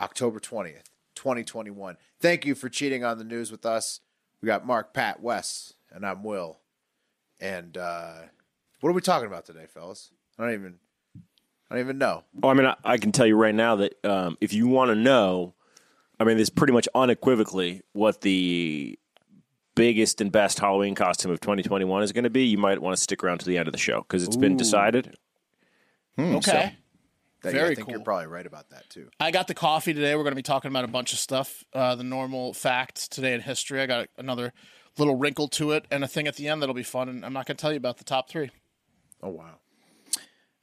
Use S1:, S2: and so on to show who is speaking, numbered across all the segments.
S1: October 20th, 2021. Thank you for cheating on the news with us. We got Mark, Pat, Wes, and I'm Will. And uh, what are we talking about today, fellas? I don't even I don't even know.
S2: Oh, I mean, I, I can tell you right now that um, if you want to know, I mean, this pretty much unequivocally what the biggest and best Halloween costume of 2021 is going to be. You might want to stick around to the end of the show because it's been decided.
S3: Okay.
S1: That- I
S3: Very
S1: think
S3: cool.
S1: you're probably right about that too.
S3: I got the coffee today. We're going to be talking about a bunch of stuff. Uh, the normal facts today in history. I got another little wrinkle to it and a thing at the end that'll be fun. And I'm not going to tell you about the top three.
S1: Oh wow.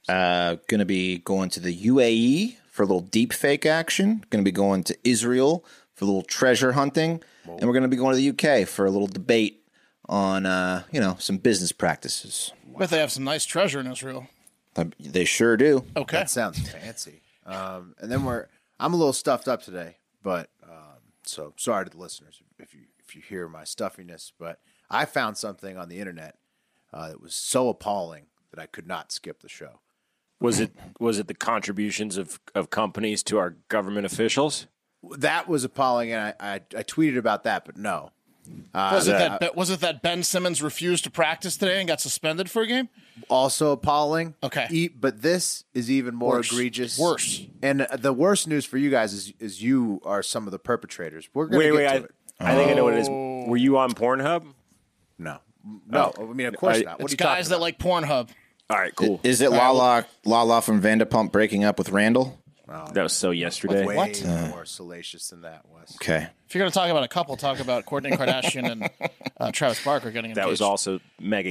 S4: Uh, gonna be going to the UAE for a little deep fake action. Gonna be going to Israel for a little treasure hunting, and we're gonna be going to the UK for a little debate on uh, you know some business practices.
S3: Bet they have some nice treasure in Israel.
S4: Um, They sure do.
S3: Okay.
S1: That sounds fancy. Um, and then we're I'm a little stuffed up today, but um, so sorry to the listeners if you if you hear my stuffiness. But I found something on the internet uh, that was so appalling that I could not skip the show.
S2: Was it was it the contributions of, of companies to our government officials?
S1: That was appalling, and I I, I tweeted about that, but no,
S3: was it that, Be- was it that Ben Simmons refused to practice today and got suspended for a game?
S1: also appalling.
S3: Okay.
S1: E- but this is even more
S3: Worse.
S1: egregious.
S3: Worse.
S1: And uh, the worst news for you guys is is you are some of the perpetrators. We're gonna
S2: Wait,
S1: get
S2: wait,
S1: to
S2: I,
S1: it. Oh.
S2: I think I know what it is. Were you on Pornhub?
S1: No. No, I mean, of course not. What
S3: Uh,
S1: are
S3: It's
S1: you talking
S3: guys that
S1: about?
S3: like Pornhub.
S2: All right, cool.
S4: Is it Lala Lala from Vanderpump breaking up with Randall?
S2: that was so yesterday.
S1: way
S4: What?
S1: more salacious than that was.
S4: Okay.
S3: If you're going to talk about a couple, talk about Courtney Kardashian and uh, Travis Barker getting engaged.
S2: That was also mega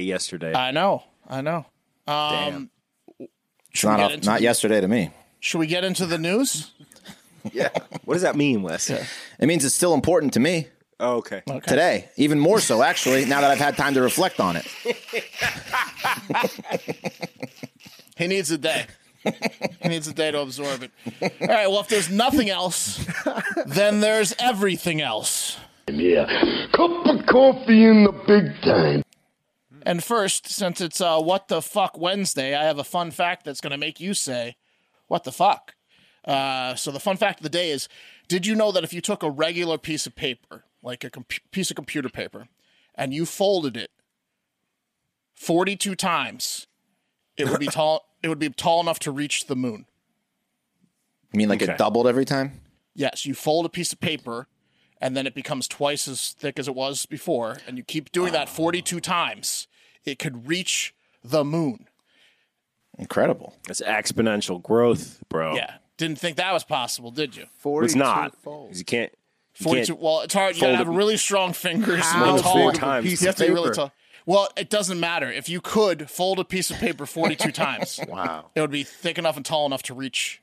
S2: yesterday.
S3: I know. I know. Um,
S4: It's
S3: should, we
S4: not
S3: get
S4: off,
S3: into
S4: not
S3: the-
S4: yesterday to me.
S3: should we get into the news?
S2: what does that mean, Wes?
S4: It means it's still important to me
S2: Oh, okay.
S4: today, even more so actually. Now that I've had time to reflect on it.
S3: He needs a day. he needs a day to absorb it. All right. Well, if there's nothing else, then there's everything else.
S5: Yeah. Cup of coffee in the big time.
S3: And first, since it's uh, What the Fuck Wednesday, I have a fun fact that's going to make you say, What the fuck? Uh, so, the fun fact of the day is Did you know that if you took a regular piece of paper, like a com- piece of computer paper, and you folded it 42 times, it would be tall. It would be tall enough to reach the moon.
S4: You mean like it doubled every time?
S3: Yes, you fold a piece of paper and then it becomes twice as thick as it was before, and you keep doing that 42 times. It could reach the moon.
S4: Incredible.
S2: That's exponential growth,
S1: Oh.
S2: bro.
S3: Yeah. Didn't think that was possible, did you?
S2: It's not.
S1: 42
S2: 'Cause You can't. you
S3: 42.
S2: can't-
S3: Well, it's hard. You gotta
S2: fold
S3: have
S2: it-
S3: really strong fingers.
S1: How
S3: and be tall.
S1: big of a
S2: times.
S1: piece
S3: You have
S1: of
S3: to be really
S1: paper?
S3: tall. Well, it doesn't matter. If you could fold a piece of paper 42 times,
S1: Wow.
S3: it would be thick enough and tall enough to reach.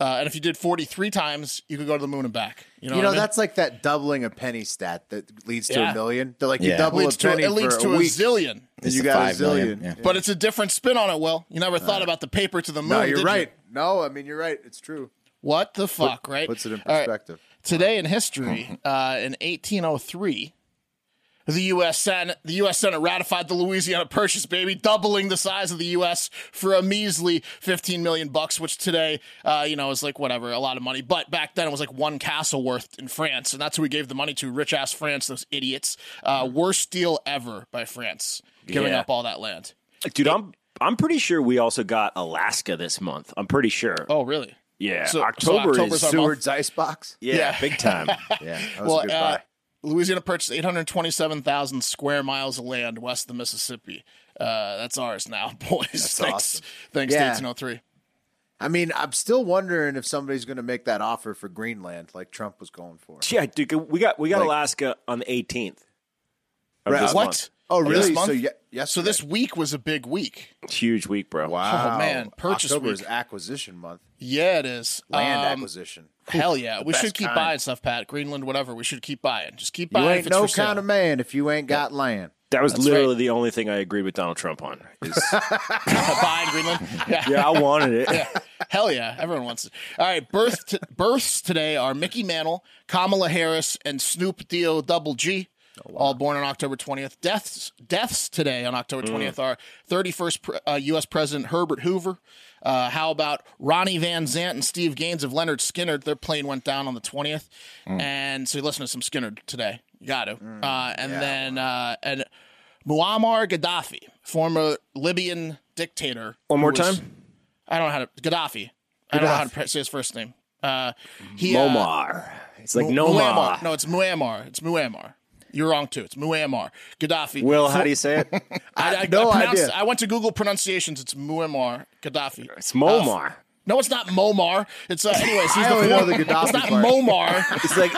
S3: Uh, and if you did 43 times, you could go to the moon and back. You know,
S1: You
S3: what
S1: know,
S3: I mean?
S1: that's like that doubling a penny stat that leads to
S3: Yeah.
S1: a million. They're like, you
S4: Yeah.
S1: double
S3: leads
S1: a
S3: to,
S1: penny
S3: it leads
S1: for
S3: to
S1: a
S3: a
S1: week.
S3: zillion.
S4: It's
S1: You
S4: the
S1: got a
S4: five million,
S1: zillion.
S4: yeah.
S3: But it's a different spin on it, Will. You never thought about the paper to the moon.
S1: Uh, no, you're
S3: did you?
S1: right. No, I mean, you're right. It's true.
S3: What the fuck, right?
S1: Puts it in
S3: All right.
S1: perspective.
S3: Today in history, uh, in 1803, the U.S. Senate the U.S. Senate ratified the Louisiana Purchase, baby, doubling the size of the U.S. for a measly 15 million bucks, which today, uh, you know, is like whatever, a lot of money. But back then, it was like one castle worth in France, and that's who we gave the money to. Rich ass France, those idiots. Uh, worst deal ever by France, giving
S2: Yeah.
S3: up all that land.
S2: dude, I'm I'm pretty sure we also got Alaska this month. I'm pretty sure.
S3: Oh, really?
S2: yeah,
S3: so- so
S2: October
S3: October's
S2: is
S3: our-
S1: Seward's ice box.
S2: yeah, big time.
S1: Yeah, that was
S3: Well,
S1: a good
S3: uh,
S1: buy.
S3: Louisiana purchased 827,000 square miles of land west of the Mississippi. Uh, that's ours now, boys. thanks,
S1: awesome.
S3: thanks oh
S1: Yeah.
S3: to 1803.
S1: I mean, I'm still wondering if somebody's going to make that offer for Greenland like Trump was going for.
S2: Yeah, dude, we got we got
S1: Like-
S2: Alaska on the 18th. of
S1: Right,
S2: this
S3: what?
S2: month.
S1: Oh,
S3: Of this
S1: really?
S3: month?
S1: So ye- yesterday.
S3: So this week was a big week.
S2: Huge week, bro.
S1: Wow.
S3: Oh, man, purchase
S1: October is
S3: week.
S1: acquisition month.
S3: Yeah, it is.
S1: Land
S3: Um,
S1: acquisition.
S3: Hell yeah. We
S1: best
S3: should keep
S1: kind.
S3: buying stuff, Pat. Greenland, whatever. We should keep buying. Just keep
S1: You
S3: buying. if
S1: ain't
S3: it's
S1: no
S3: for sale.
S1: kind of man if you ain't got land.
S2: That was literally
S3: right.
S2: the only thing I agreed with Donald Trump on. is-
S3: buying Greenland. Yeah.
S2: yeah, I wanted it.
S3: Hell yeah. Everyone wants it. All right. Birth t- births today are Mickey Mantle, Kamala Harris, and Snoop Dio Double G.
S2: Oh,
S3: All born on October 20th. Deaths deaths today on October
S2: Mm.
S3: 20th are 31st pre- uh, U.S. President Herbert Hoover. Uh, how about Ronnie Van Zant and Steve Gaines of Leonard Skinner? Their plane went down on the 20th.
S2: Mm.
S3: And so you listen to some Skinner today. You got to. uh, and then uh, and Muammar Gaddafi, former Libyan dictator.
S2: One
S3: who
S2: more
S3: was-
S2: time.
S3: I don't know how to Gaddafi. I don't know how to pre- say his first name. Uh, he uh,
S2: Omar. It's like
S3: Mu-
S2: no
S3: Muammar.
S2: Nomar.
S3: No, it's Muammar. It's Muammar. You're wrong too. It's Muammar. Gaddafi.
S2: Will, how do you say it?
S3: I, I,
S1: no
S3: pronounced-
S1: idea.
S3: I went to Google pronunciations. It's Muammar Gaddafi. Uh,
S2: It's Momar.
S3: No, it's not Momar. It's uh, anyways. He's
S1: I
S3: the
S1: only know
S3: former-
S1: the Gaddafi
S3: It's not
S1: part.
S3: Momar.
S2: It's like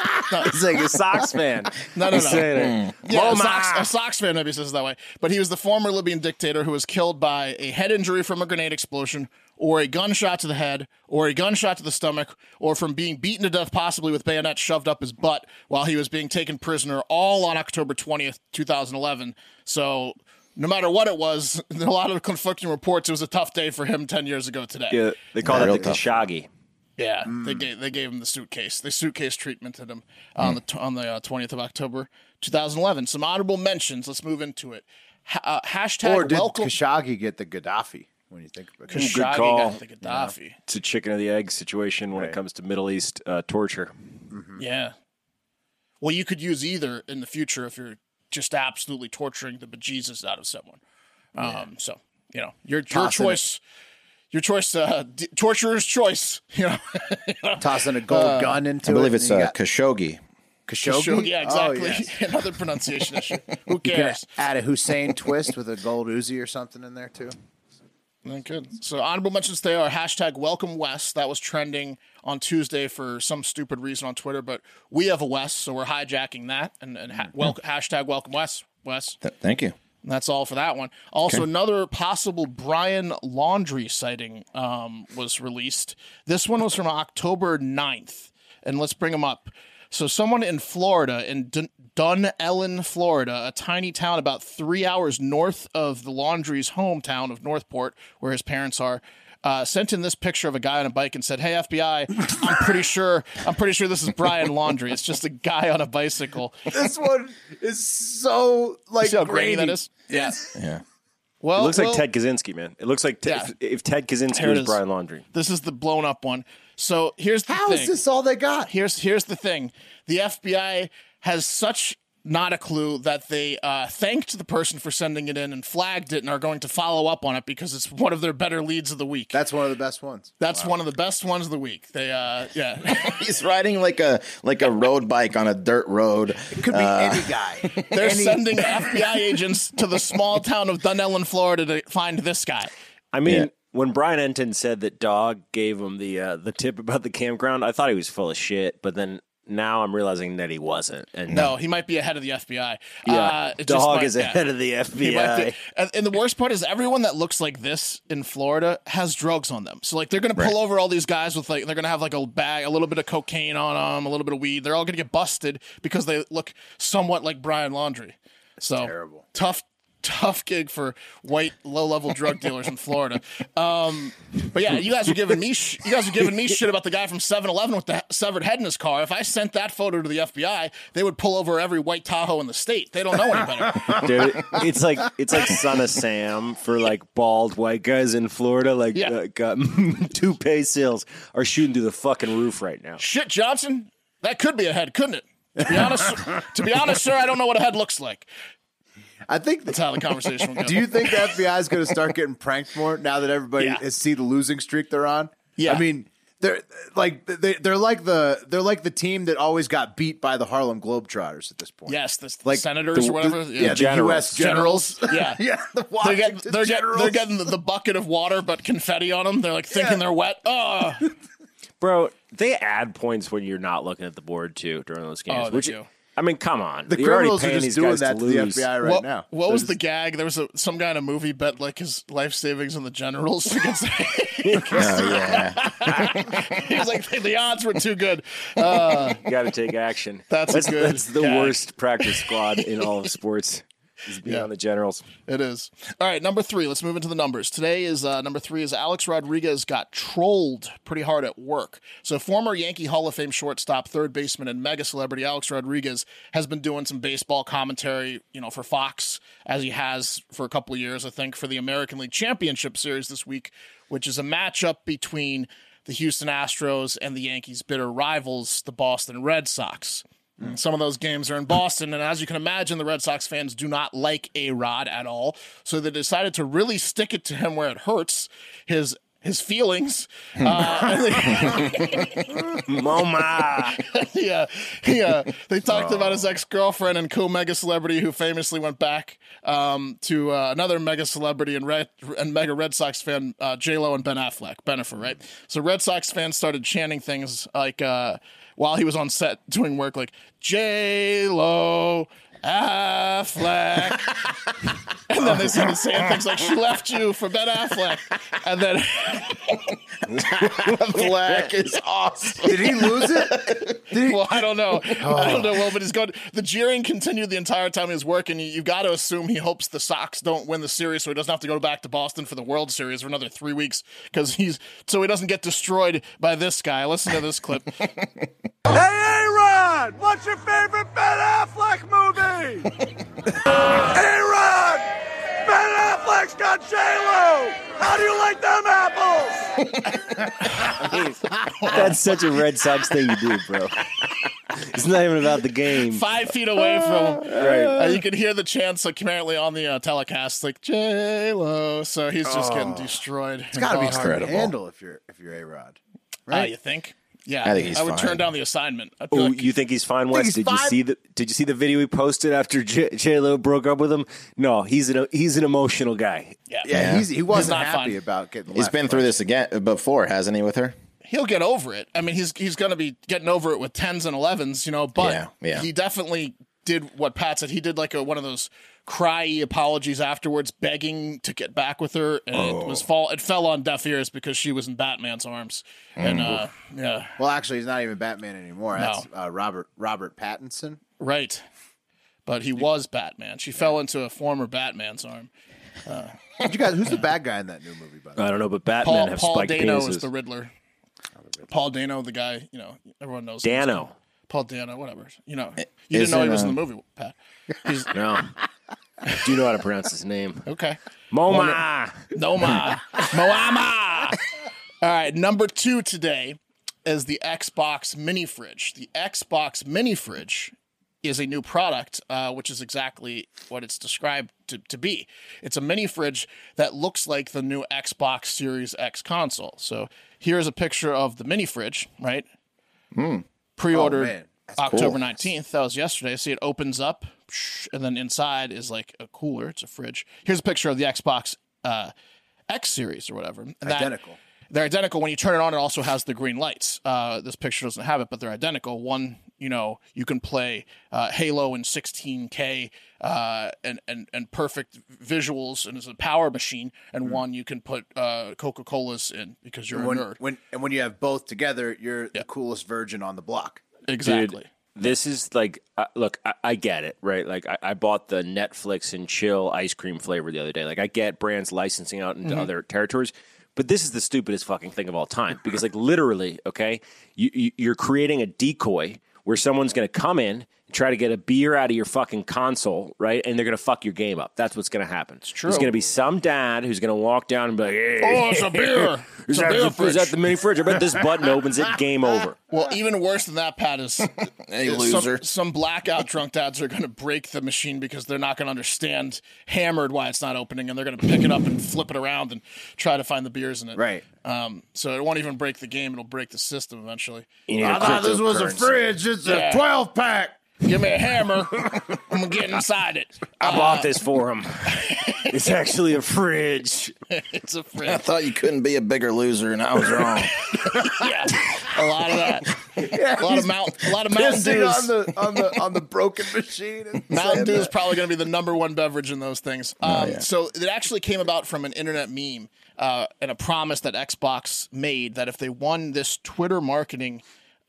S2: it's like a Sox fan.
S3: No, no,
S2: He's
S3: no. Hmm.
S2: saying it.
S3: Yeah, a
S2: Momar.
S3: Sox, a Sox fan maybe says it that way. But he was the former Libyan dictator who was killed by a head injury from a grenade explosion, or a gunshot to the head, or a gunshot to the stomach, or from being beaten to death, possibly with bayonets shoved up his butt while he was being taken prisoner, all on October 20th, 2011. So. No matter what it was, a lot of conflicting reports. It was a tough day for him ten years ago today.
S2: Yeah, they call that
S4: Real
S2: the
S4: tough.
S2: Khashoggi.
S3: Yeah, they
S1: Mm.
S3: gave they gave him the suitcase. They suitcase treatmented him on the the on the uh, twentieth of October, two thousand eleven. Some honorable mentions. Let's move into it. Ha- uh, hashtag
S1: Or did
S3: welcome
S1: Khashoggi get the Gaddafi when you think about it?
S3: Khashoggi
S2: Good call.
S3: got the Gaddafi.
S2: It's a chicken or the egg situation when it comes to Middle East uh, torture.
S3: Yeah.
S1: Mm.
S3: Well, you could use either in the future if you're just absolutely torturing the bejesus out of someone. Um, So you know your your
S1: Tossing it.
S3: choice. Your choice, uh, d- torturer's choice. You know,
S1: Tossing a gold gun into
S4: I believe
S1: it.
S4: it's
S1: and you
S4: uh,
S1: got
S4: Khashoggi.
S1: Khashoggi.
S3: yeah, exactly.
S1: Oh, yes.
S3: Another pronunciation issue. Who
S1: Could I
S3: cares?
S1: add a Hussein twist with a gold Uzi or something in there too.
S3: Not good. So honorable mentions today are hashtag welcome West. That was trending on Tuesday for some stupid reason on Twitter, but we have a West, so we're hijacking that and, and ha- wel- hashtag welcome West. West.
S4: Th- thank you.
S3: And that's all for that one. Also, another possible Brian Laundry sighting um, was released. This one was from October 9th. And let's bring him up. So, someone in Florida, in Dun- Dunellen, Florida, a tiny town about three hours north of the Laundry's hometown of Northport, where his parents are. Uh, sent in this picture of a guy on a bike and said, "Hey FBI, I'm pretty sure I'm pretty sure this is Brian Laundry. It's just a guy on a bicycle.
S1: This one is so like
S3: See how grainy that is? Yeah.
S4: Yeah.
S3: Well,
S2: It looks
S3: well-
S2: like Ted Kaczynski, man. It looks like Te-
S3: Yeah.
S2: if, if Ted Kaczynski
S3: Here it
S2: was
S3: is.
S2: Brian Laundry.
S3: This is the blown up one. So here's the
S1: How
S3: thing.
S1: is this all they got?
S3: Here's here's the thing. The FBI has such not a clue that they uh, thanked the person for sending it in and flagged it and are going to follow up on it because it's one of their better leads of the week.
S1: That's one of the best ones.
S3: That's one of the best ones of the week. They uh yeah.
S4: He's riding like a like a road bike on a dirt road.
S1: Could be any guy.
S3: They're
S1: Any-
S3: sending FBI agents to the small town of Dunellen, Florida to find this guy.
S2: I mean,
S4: Yeah.
S2: when Brian Enton said that Dog gave him the uh, the tip about the campground, I thought he was full of shit. But then now I'm realizing that he wasn't. And
S3: No, he might be ahead of the FBI.
S2: yeah,
S3: Uh, it just
S2: Dog
S3: might-
S2: is
S3: yeah.
S2: ahead of the
S3: He might
S2: FBI.
S3: be- and, and the worst part is everyone that looks like this in Florida has drugs on them. So like they're gonna pull over all these guys with like they're gonna have like a bag, a little bit of cocaine on them, a little bit of weed. They're all gonna get busted because they look somewhat like Brian Laundry. So
S1: terrible.
S3: tough. Tough gig for white low-level drug dealers in Florida, um, but yeah, you guys are giving me sh- you guys are giving me shit about the guy from 7-Eleven with the he- severed head in his car. If I sent that photo to the FBI, they would pull over every white Tahoe in the state. They don't know any better.
S2: Dude, it's like it's like Son of Sam for like bald white guys in Florida. Like
S3: Yeah.
S2: uh, got toupee sales are shooting through the fucking roof right now.
S3: Shit, Johnson, that could be a head, couldn't it? To be honest, to be honest, sir, I don't know what a head looks like.
S1: I think.
S3: That's how the conversation will go.
S1: do you think the FBI is going to start getting pranked more now that everybody
S3: Yeah.
S1: has see the losing streak they're on?
S3: Yeah.
S1: I mean, they're like they they're like the they're like the team that always got beat by the Harlem Globetrotters at this point.
S3: Yes, the
S1: Like,
S3: senators or whatever.
S1: The- yeah, the
S2: Generals.
S1: U.S. generals.
S3: Yeah.
S1: yeah, the
S3: They
S1: Washington
S3: get, they're, get,
S1: generals.
S3: they're getting the, the bucket of water, but confetti on them. They're like thinking
S1: Yeah.
S3: they're wet. Oh,
S2: bro. They add points when you're not looking at the board too during those games.
S3: Oh, they
S2: which
S3: do.
S2: I mean, come on,
S1: the
S2: you're already
S1: criminals
S2: paying
S1: are just
S2: these
S1: doing
S2: guys
S1: that to,
S2: lose.
S1: the FBI right
S3: what,
S1: now.
S3: what
S1: They're
S3: was
S1: just-
S3: the gag? There was a, some guy in a movie bet like his life savings on the generals against.
S4: Oh, yeah.
S3: he was like, the odds were too good. Uh,
S2: You got to take action.
S3: That's a good
S2: That's the
S3: gag.
S2: worst practice squad in all of sports. Is being on the Generals.
S3: It is. All right, number three. Let's move into the numbers. Today is uh, number three is Alex Rodriguez got trolled pretty hard at work. So former Yankee Hall of Fame shortstop, third baseman, and mega celebrity Alex Rodriguez has been doing some baseball commentary, you know, for Fox as he has for a couple of years, I think, for the American League Championship Series this week, which is a matchup between the Houston Astros and the Yankees' bitter rivals, the Boston Red Sox. And Mm, Some of those games are in Boston, and as you can imagine, the Red Sox fans do not like A Rod at all. So they decided to really stick it to him where it hurts his his feelings. Uh, and they,
S2: MoMA.
S3: he, uh, he, uh, they talked about his ex girlfriend and cool mega celebrity who famously went back um, to uh, another mega celebrity and red and mega Red Sox fan uh, J Lo and Ben Affleck, Benifer, right? So Red Sox fans started chanting things like uh, while he was on set doing work, like J Lo. Affleck, and then they started saying things like "She left you for Ben Affleck," and then
S4: Black is awesome.
S1: Did he lose it? Did he,
S3: Well, I don't know. I don't know. Well, but he's going. The jeering continued the entire time he was working. You, you've got to assume he hopes the Sox don't win the series, so he doesn't have to go back to Boston for the World Series for another three weeks because he's so he doesn't get destroyed by this guy. Listen to this clip.
S6: Hey, A-Rod, what's your favorite Ben Affleck movie? A-Rod, Ben Affleck's got J-Lo. How do you like them apples?
S2: That's such a Red Sox thing to do, bro. It's not even about the game.
S3: Five feet away from him,
S2: Right.
S3: uh, you can hear the chants like apparently on the uh, telecast, like J Lo. So he's just getting destroyed. It's
S1: gotta be hard to
S4: Incredible.
S1: handle if you're if you're a Rod.
S3: right? you think? Yeah,
S4: I think he's
S3: I would
S4: fine.
S3: turn down the assignment. I'd be
S2: Oh,
S3: like,
S2: you think he's fine, Wes?
S1: he's
S2: Did you
S1: fine?
S2: see the Did you see the video he posted after J, J- Lo broke up with him? No, he's an he's an emotional guy.
S3: yeah,
S1: Yeah, he's, he wasn't
S3: not
S1: happy
S3: fun.
S1: about getting.
S4: He's
S1: left,
S4: been
S1: but-
S4: through this again uh, before, hasn't he, with her?
S3: he'll get over it. I mean, he's he's going to be getting over it with tens and elevens, you know. But
S4: Yeah, yeah.
S3: he definitely did what Pat said. He did like a, one of those cry apologies afterwards, begging to get back with her, and it
S2: Oh.
S3: was fall. It fell on deaf ears because she was in Batman's arms, and
S2: Mm.
S3: uh, yeah,
S1: Well, actually, he's not even Batman anymore. That's uh, Robert Robert Pattinson.
S3: right. But he was Batman. She fell into a former Batman's arm.
S1: Did you guys? Who's the bad guy in that new movie? By the way,
S2: I don't know, but Batman
S3: Paul
S2: have
S3: Paul
S2: spiked
S3: Dano
S2: penises.
S3: is the Riddler. Paul Dano, the guy, you know, everyone knows. him.
S2: Dano. uh,
S3: Paul Dano, whatever. You know, you didn't know he
S4: isn't,
S3: was in the
S4: um,
S3: movie, Pat. He's,
S2: No, do you know how to pronounce his name?
S3: okay.
S2: MoMA.
S3: Noma. Moama. All right, number two today is the Xbox mini fridge. The Xbox mini fridge is a new product, uh, which is exactly what it's described to, to be. It's a mini fridge that looks like the new Xbox Series X console. So here's a picture of the mini fridge, right?
S1: Oh,
S3: Pre-ordered
S1: man. That's
S3: October nineteenth. That was yesterday. See, it opens up, psh, and then inside is like a cooler. It's a fridge. Here's a picture of the Xbox uh, X series or whatever. And that-
S1: Identical.
S3: they're identical. When you turn it on, it also has the green lights. Uh, this picture doesn't have it, but they're identical. One, you know, you can play uh, Halo in 16K uh, and, and and perfect visuals, and it's a power machine. And one, you can put uh, Coca Cola's in because you're
S1: Mm-hmm. when,
S3: a nerd.
S1: when and when you have both together, you're the coolest virgin on the block.
S3: Exactly.
S2: This is like, uh, look, I, I get it, right? Like, I, I bought the Netflix and chill ice cream flavor the other day. Like, I get brands licensing out
S3: Mm-hmm.
S2: into other territories, but this is the stupidest fucking thing of all time because, like, literally, okay, you, you, you're creating a decoy where someone's going to come in try to get a beer out of your fucking console, right? And they're gonna fuck your game up. That's what's gonna happen. It's true. There's gonna be some dad who's gonna walk down and be like, hey,
S3: Oh, it's a beer.
S2: is,
S3: It's a
S2: that
S3: beer
S2: the, is
S3: fridge.
S2: that the mini fridge? I bet this button opens it. Game over.
S3: Well, even worse than that, Pat is is
S4: loser.
S3: Some, some blackout drunk dads are going to break the machine because they're not going to understand hammered why it's not opening, and they're going to pick it up and flip it around and try to find the beers in it.
S1: Right.
S3: Um, so it won't even break the game; it'll break the system eventually.
S2: You know, cryptocurrency.
S1: fridge. It's
S3: Yeah.
S1: 12 pack.
S3: Give me a hammer. I'm gonna get inside it.
S2: I bought this for him. it's actually a fridge.
S3: It's a
S4: I
S3: friend.
S4: thought you couldn't be a bigger loser, and I was wrong.
S3: Yeah, a lot of that. a lot of mount. A lot of Mountain
S1: Pissing
S3: Dews.
S1: on the on the on the broken machine.
S3: Mountain Dew is probably going to be the number one beverage in those things. Um, So it actually came about from an internet meme uh, and a promise that Xbox made that if they won this Twitter marketing,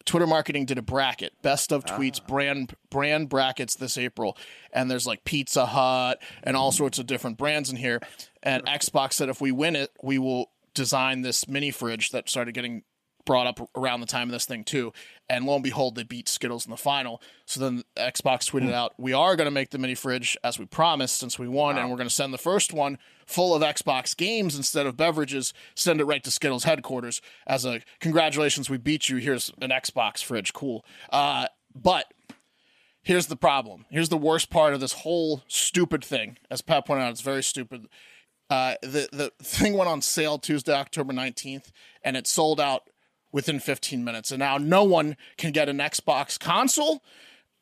S3: Twitter marketing did a bracket, best of tweets, brand brand brackets this April, and there's like Pizza Hut and all sorts of different brands in here. And Xbox said if we win it, we will design this mini fridge that started getting brought up around the time of this thing too. And lo and behold, they beat Skittles in the final. So then Xbox tweeted out, "We are going to make the mini fridge as we promised since we won, and we're going to send the first one full of Xbox games instead of beverages. Send it right to Skittles headquarters as a congratulations, we beat you. Here's an Xbox fridge, cool." Uh, but here's the problem. Here's the worst part of this whole stupid thing. As Pat pointed out, it's very stupid. Uh, the the thing went on sale Tuesday, October nineteenth, and it sold out within fifteen minutes. And now no one can get an Xbox console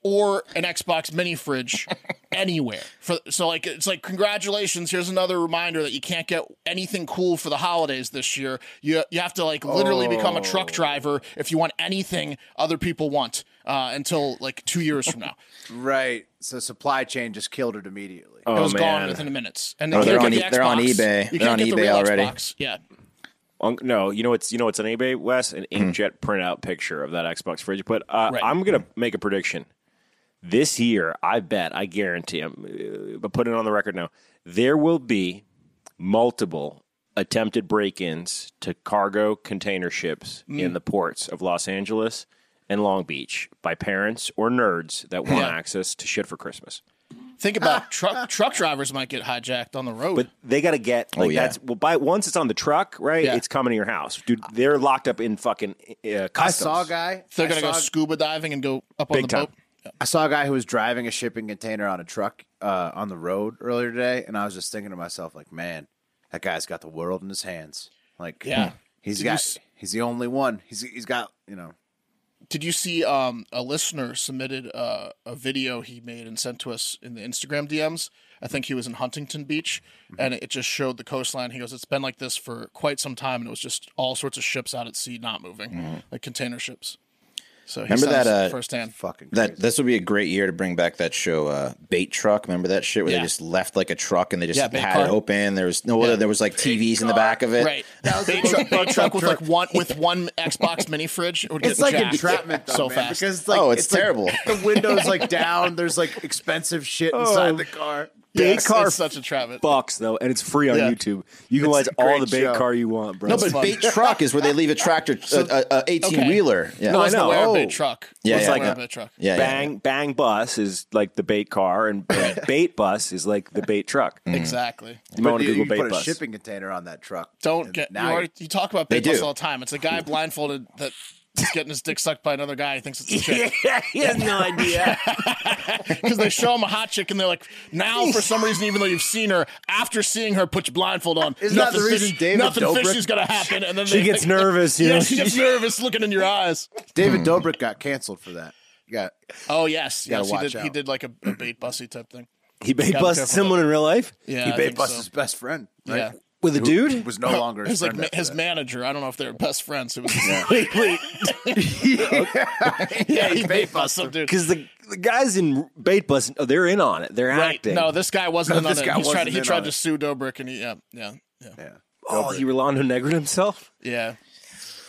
S3: or an Xbox mini fridge anywhere. For, so like it's like congratulations, here's another reminder that you can't get anything cool for the holidays this year. You you have to like literally become a
S4: Oh.
S3: truck driver if you want anything other people want uh, until like 2 years from now.
S1: Right. So supply chain just killed it immediately.
S3: it
S2: Oh
S3: was gone
S2: man.
S3: within the minutes. And they
S4: Oh, they're
S3: can't
S4: on
S3: get
S4: e-
S3: the
S4: they're on
S3: Xbox.
S4: eBay.
S3: You
S4: They're
S3: can't
S4: on
S3: get the
S4: eBay
S3: real
S4: already.
S3: Xbox. Yeah.
S2: Um, no, you know it's you know it's an eBay Wes an inkjet printout picture of that Xbox fridge. But uh,
S3: Right.
S2: I'm gonna make a prediction. This year, I bet, I guarantee, I'm, uh, but put it on the record now. There will be multiple attempted break-ins to cargo container ships in the ports of Los Angeles and Long Beach by parents or nerds that want
S3: Yeah.
S2: access to shit for Christmas.
S3: Think about truck truck drivers might get hijacked on the road.
S2: But they got to get like
S4: yeah.
S2: that's well by once it's on the truck, right?
S3: Yeah.
S2: It's coming to your house, dude. They're locked up in fucking uh, customs.
S1: I saw a guy.
S3: they're
S1: I
S3: going to go
S1: saw a-
S3: scuba diving and go up on
S2: Big
S3: the
S2: time.
S3: boat.
S1: I saw a guy who was driving a shipping container on a truck uh, on the road earlier today, and I was just thinking to myself, like, man, that guy's got the world in his hands. Like,
S3: Yeah.
S1: he's
S3: Did you
S1: got,
S3: s-
S1: he's the only one. He's he's got, you know,
S3: Did you see um, a listener submitted uh, a video he made and sent to us in the Instagram DMs? I think he was in Huntington Beach,
S4: Mm-hmm.
S3: and it just showed the coastline. He goes, "It's been like this for quite some time, and it was just all sorts of ships out at sea not moving, like container ships." So he
S4: Mm-hmm. Remember
S3: saw
S4: that,
S3: this
S4: uh,
S3: firsthand.
S1: fucking
S4: That this would be a great year to bring back that show, uh, Bait Truck. Remember that shit where
S3: Yeah.
S4: they just left like a truck and they just
S3: Yeah, bait
S4: had
S3: car.
S4: it open. There was no other. There was like TVs in the back of it.
S3: Right. Bait Oh, truck, bait truck with like one with one Xbox mini fridge. It would
S1: It's
S3: get
S1: like
S3: jacked
S1: entrapment, though,
S3: so
S1: man,
S3: fast.
S1: because like,
S4: Oh, it's
S1: like,
S4: terrible.
S1: the windows like down. There's like expensive shit inside the car.
S3: Yeah,
S2: Big
S3: it's-
S2: car
S3: it's such a trap.
S2: Bucks though, and it's free on
S3: Yeah.
S2: YouTube. You can
S1: It's
S2: watch
S1: a
S2: all
S1: great
S2: the bait
S1: show.
S2: car you want, bro.
S4: No, but Bait Truck is where they leave a tractor, a- a eighteen wheeler. Yeah.
S2: No, I
S3: Wasn't
S2: know.
S3: aware of
S2: Oh.
S3: bait truck.
S4: Yeah,
S3: Wasn't
S4: yeah.
S3: aware
S4: Like
S3: of
S4: a-
S3: bait truck.
S4: Yeah, yeah.
S2: bang bang bus is like the bait car, and uh, bait bus is like the bait truck. You
S3: Exactly.
S2: might want
S1: But
S2: to
S1: you,
S2: Google
S1: you put
S2: bait
S1: a
S2: bus.
S1: shipping container on that truck.
S3: Don't
S1: and
S3: get. You,
S1: now.
S3: already, you talk about bait
S4: They
S3: bus
S4: do.
S3: all the time. It's a guy blindfolded that is getting his dick sucked by another guy. He thinks it's a chick
S2: yeah, he has no idea.
S3: because they show him a hot chick and they're like, now for some reason, even though you've seen her, after seeing her, put your blindfold on.
S1: Isn't that the
S3: Nothing
S1: reason
S3: fish-
S1: David
S3: nothing
S1: Dobrik-
S3: fishy's gonna happen? And then
S2: she
S3: they-
S2: gets nervous. You
S3: Yeah,
S2: know?
S3: she gets nervous looking in your eyes.
S1: David Dobrik got canceled for that. You got
S3: Oh yes,
S1: gotta
S3: yes, he
S1: watch
S3: did. He
S1: out.
S3: did like a, a bait bussy type thing.
S2: he bait
S3: Gotta be
S2: busted
S3: careful,
S2: someone in real life
S3: Yeah,
S1: he
S3: I
S1: bait
S3: think
S1: bust
S3: so.
S1: his best friend. Right?
S3: Yeah.
S2: with a dude.
S1: was no longer
S3: It
S1: his
S3: was Oh, like
S1: friend.
S3: ma-
S1: after
S3: his
S1: that.
S3: manager. I don't know if they were best friends. It was
S2: wait, wait.
S3: yeah, he bait bust some dude.
S2: Because the, the guys in bait bus, oh, they're in on it. They're
S3: Right?
S2: acting.
S3: No, this guy wasn't in on
S1: this
S3: it.
S1: guy
S3: He's trying
S1: wasn't
S3: to, he
S1: in
S3: tried
S1: on
S3: to
S1: it.
S3: sue Dobrik, and he yeah yeah yeah
S1: Yeah.
S2: oh, he Rolando Negrid himself.
S3: yeah.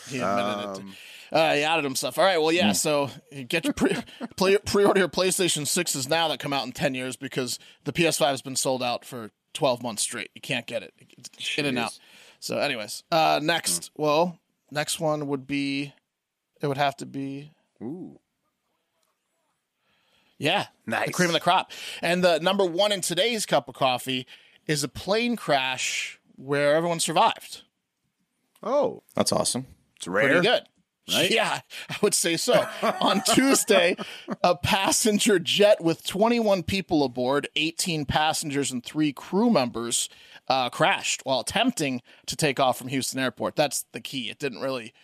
S3: He admitted it. Uh, he outed himself. All right. Well, yeah. So you get your pre play, pre-order your PlayStation sixes now that come out in ten years because the PS5 has been sold out for twelve months straight. You can't get it. It's in and out. So, anyways, uh, next. Well, next one would be. It would have to be.
S1: Ooh.
S3: Yeah. The
S1: Nice.
S3: cream of the crop. And the number one in today's cup of coffee is a plane crash where everyone survived.
S1: Oh,
S4: That's awesome.
S1: it's rare.
S3: Pretty good. Yeah, I would say so. On Tuesday, a passenger jet with 21 people aboard, 18 passengers and three crew members, uh, crashed while attempting to take off from Houston Airport. That's the key. It didn't really,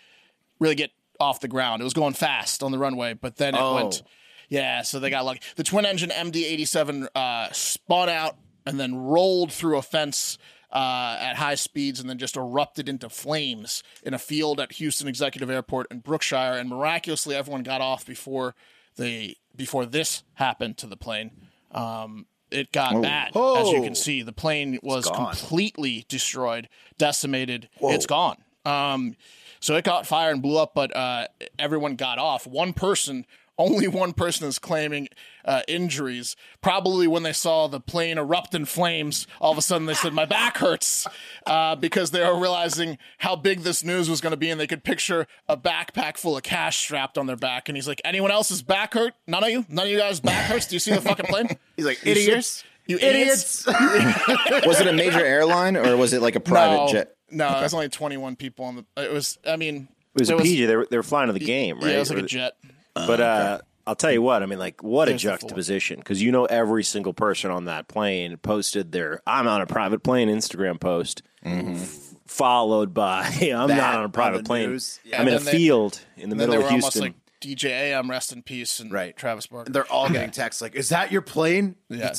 S3: really get off the ground. It was going fast on the runway, but then it went. Yeah, so they got lucky. The twin engine MD 87 uh, spun out and then rolled through a fence uh, at high speeds and then just erupted into flames in a field at Houston Executive Airport in Brookshire. And miraculously, everyone got off before they before this happened to the plane. Um, it got bad, as you
S1: Oh.
S3: can see. The plane was completely destroyed, decimated. It's gone. Um, so it caught fire and blew up, but uh, everyone got off. One person, only one person is claiming uh, injuries. Probably when they saw the plane erupt in flames, all of a sudden they said, My back hurts uh, because they were realizing how big this news was going to be and they could picture a backpack full of cash strapped on their back. And he's like, Anyone else's back hurt? None of you? None of you guys' back hurts? Do you see the fucking plane?
S1: He's like
S3: You see-
S1: idiots.
S3: You idiots.
S1: Idiots.
S4: Was it a major airline or was it like a private
S3: no,
S4: jet?
S3: No, there's only 21 people on the. It was, I mean,
S2: It was
S3: there
S2: a PJ. They were, they were flying to the game, right?
S3: Yeah, it was like
S2: Or-
S3: a jet.
S2: But uh, I'll tell you what, I mean, like, what
S3: There's
S2: a
S3: the floor.
S2: juxtaposition. Because you know, every single person on that plane posted their I'm on a private plane Instagram post,
S3: Mm-hmm.
S2: f- followed by I'm
S1: That
S2: not on a
S1: on
S2: private
S1: the
S2: plane.
S1: news.
S2: I'm in a
S3: And then they-
S2: field in the
S3: And then
S2: middle
S3: they
S2: of
S3: were almost
S2: Houston.
S3: like DJ AM, rest in peace, and
S1: Right.
S3: Travis Barker.
S1: They're all getting texts like, "Is that your plane?"
S3: yeah.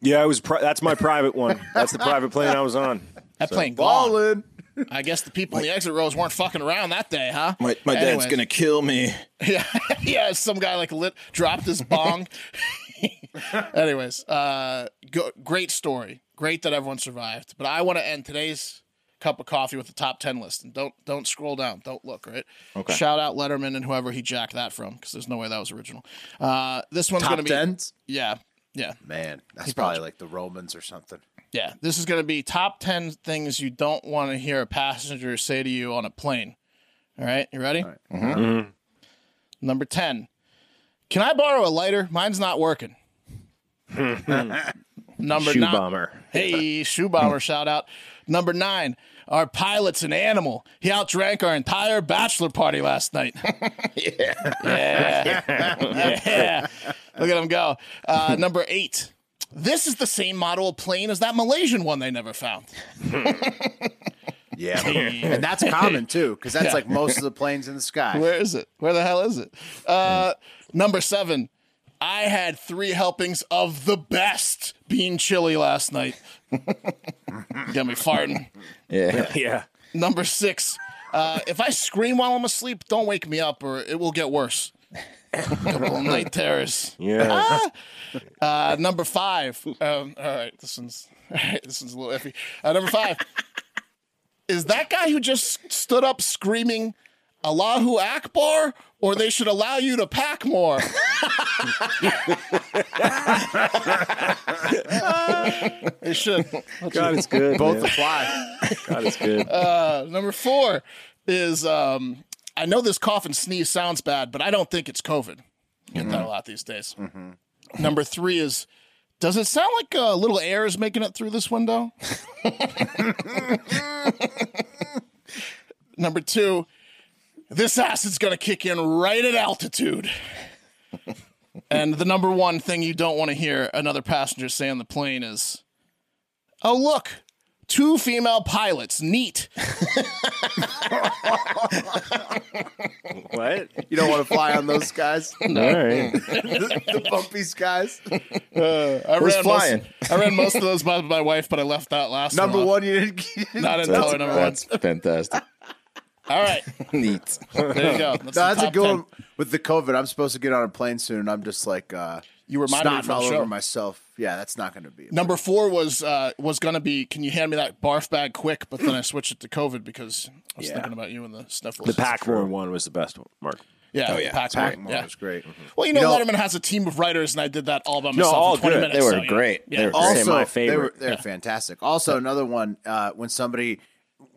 S2: yeah, it was pri- that's my private one. That's the private plane I was on.
S3: That plane gone.
S1: Ballin'.
S3: I guess the people in the exit rows weren't fucking around that day, huh?
S4: My, my dad's
S3: Anyways.
S4: gonna kill me.
S3: Yeah, yeah. Some guy like lit dropped his bong. Anyways, uh, go, great story. Great that everyone survived. But I want to end today's cup of coffee with the top ten list. And don't don't scroll down. Don't look. Right. Okay. Shout out Letterman and whoever he jacked that from, because there's no way that was original. Uh, this one's
S1: Top
S3: gonna be
S1: tens.
S3: yeah yeah
S1: Man, that's probably like the Romans or something.
S3: yeah. This is gonna be top ten things you don't want to hear a passenger say to you on a plane. All right, Mm-hmm. you ready? Number 10. Can I borrow a lighter? Mine's not working. Number
S2: Shoe
S3: nine.
S2: bomber.
S3: Hey, shoe bomber shout out. Number nine. Our pilot's an animal. He outdrank our entire bachelor party last night. yeah. Yeah. Look at him go. Uh, number eight. This is the same model of plane as that Malaysian one they never found.
S1: Yeah, and that's common too, because that's
S3: Yeah.
S1: like most of the planes in the sky.
S3: Where is it? Where the hell is it? Uh, number seven. I had three helpings of the best bean chili last night. Got me farting.
S4: Yeah.
S2: Yeah.
S3: Number six. Uh, if I scream while I'm asleep, don't wake me up, or it will get worse. Couple of night terrors.
S2: Yeah.
S3: Uh, number five. Um, all right, this one's all right, this one's a little iffy. Uh, number five is that guy who just stood up screaming Allahu Akbar, or they should allow you to pack more. they should.
S2: God, it's good. Both man.
S1: Why?
S2: God, it's good.
S3: Uh, number four is um, I know this cough and sneeze sounds bad, but I don't think it's COVID. Get that a lot these days. Number three is does it sound like a little air is making it through this window? Number two, this acid's going to kick in right at altitude. and the number one thing you don't want to hear another passenger say on the plane is, oh, look, two female pilots, neat.
S2: what?
S1: You don't want to fly on those skies, the,
S2: All right.
S1: the bumpy skies.
S3: I
S4: Who's
S3: ran
S4: flying?
S3: Most, I ran most of those by my wife, but I left that last
S1: Number
S3: one.
S1: one, you didn't. you didn't-
S3: Not in
S4: That's,
S3: color, Oh, number one.
S4: that's fantastic.
S3: All right,
S4: Neat.
S3: there you go. That's,
S1: No, that's
S3: the
S1: a
S3: top
S1: good
S3: 10.
S1: one. With the COVID, I'm supposed to get on a plane soon, and I'm just like, uh,
S3: You reminded me
S1: snotting
S3: from the
S1: all
S3: show.
S1: over myself. Yeah, that's not going to be.
S3: Number four was uh, was gonna be. Can you hand me that barf bag quick? But then I switched it to COVID because I was thinking about you and the sniffles.
S2: The Packmore one was the best one, Mark.
S3: yeah,
S4: yeah.
S3: Pack,
S1: Pack
S3: yeah.
S1: was great. Mm-hmm.
S3: Well, you know,
S1: You know-
S3: Letterman has a team of writers, and I did that all by myself. in
S2: all
S3: 20
S2: good.
S3: Minutes,
S4: They were
S3: so, you know,
S4: great.
S3: Yeah.
S4: They were
S2: All-
S4: great.
S1: Also,
S2: Say my
S1: They were,
S2: favorite.
S1: they're fantastic. Also, another one uh, when somebody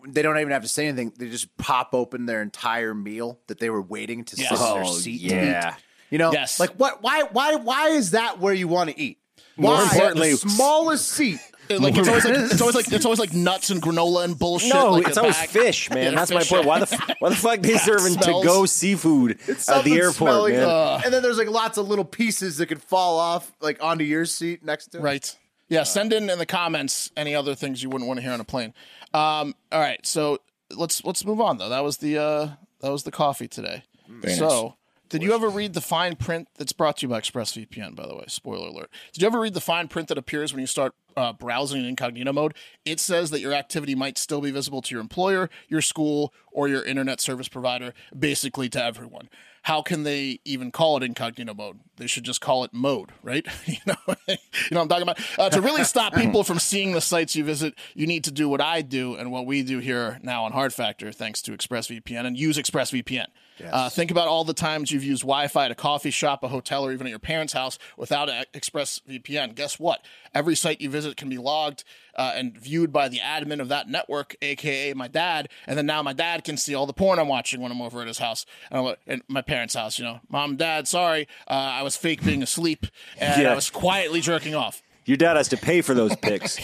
S1: they don't even have to say anything; they just pop open their entire meal that they were waiting to
S3: Yes.
S1: sit in their
S3: Oh,
S1: seat. to eat. You know,
S3: Yes.
S1: like what? Why? Why? Why is that where you want to eat?
S3: More
S1: why?
S3: importantly-
S1: the smallest seat.
S3: It- like it's always like it's always like it's always like nuts and granola and bullshit.
S2: No,
S3: like
S2: it's
S3: the
S2: always
S3: back.
S2: fish, man.
S3: Yeah,
S2: That's my
S3: fish.
S2: point. Why the f- why the fuck they serving to
S3: smells.
S2: go seafood at the
S1: Something
S2: airport,
S1: smelling- uh,
S2: man?
S1: and then there's like lots of little pieces that could fall off like onto your seat next to it.
S3: Right. Yeah, send in in the comments any other things you wouldn't want to hear on a plane. Um, all right, so let's let's move on though. That was the uh, that was the coffee today. so, did you ever read the fine print that's brought to you by ExpressVPN? By the way, spoiler alert. Did you ever read the fine print that appears when you start uh, browsing in incognito mode? It says that your activity might still be visible to your employer, your school, or your internet service provider, basically to everyone. How can they even call it incognito mode? They should just call it mode, right? you know, you know what I'm talking about. Uh, to really stop people from seeing the sites you visit, you need to do what I do and what we do here now on Hard Factor, thanks to ExpressVPN, and use ExpressVPN. Uh, think about all the times you've used Wi-Fi at a coffee shop, a hotel, or even at your parents' house without a- ExpressVPN. Guess what? Every site you visit can be logged uh, and viewed by the admin of that network, aka my dad. And then now my dad can see all the porn I'm watching when I'm over at his house and, I'm like- and my parents' house. You know, mom, dad, sorry, uh, I was fake being asleep and
S2: Yeah.
S3: I was quietly jerking off.
S2: Your dad has to pay for those picks.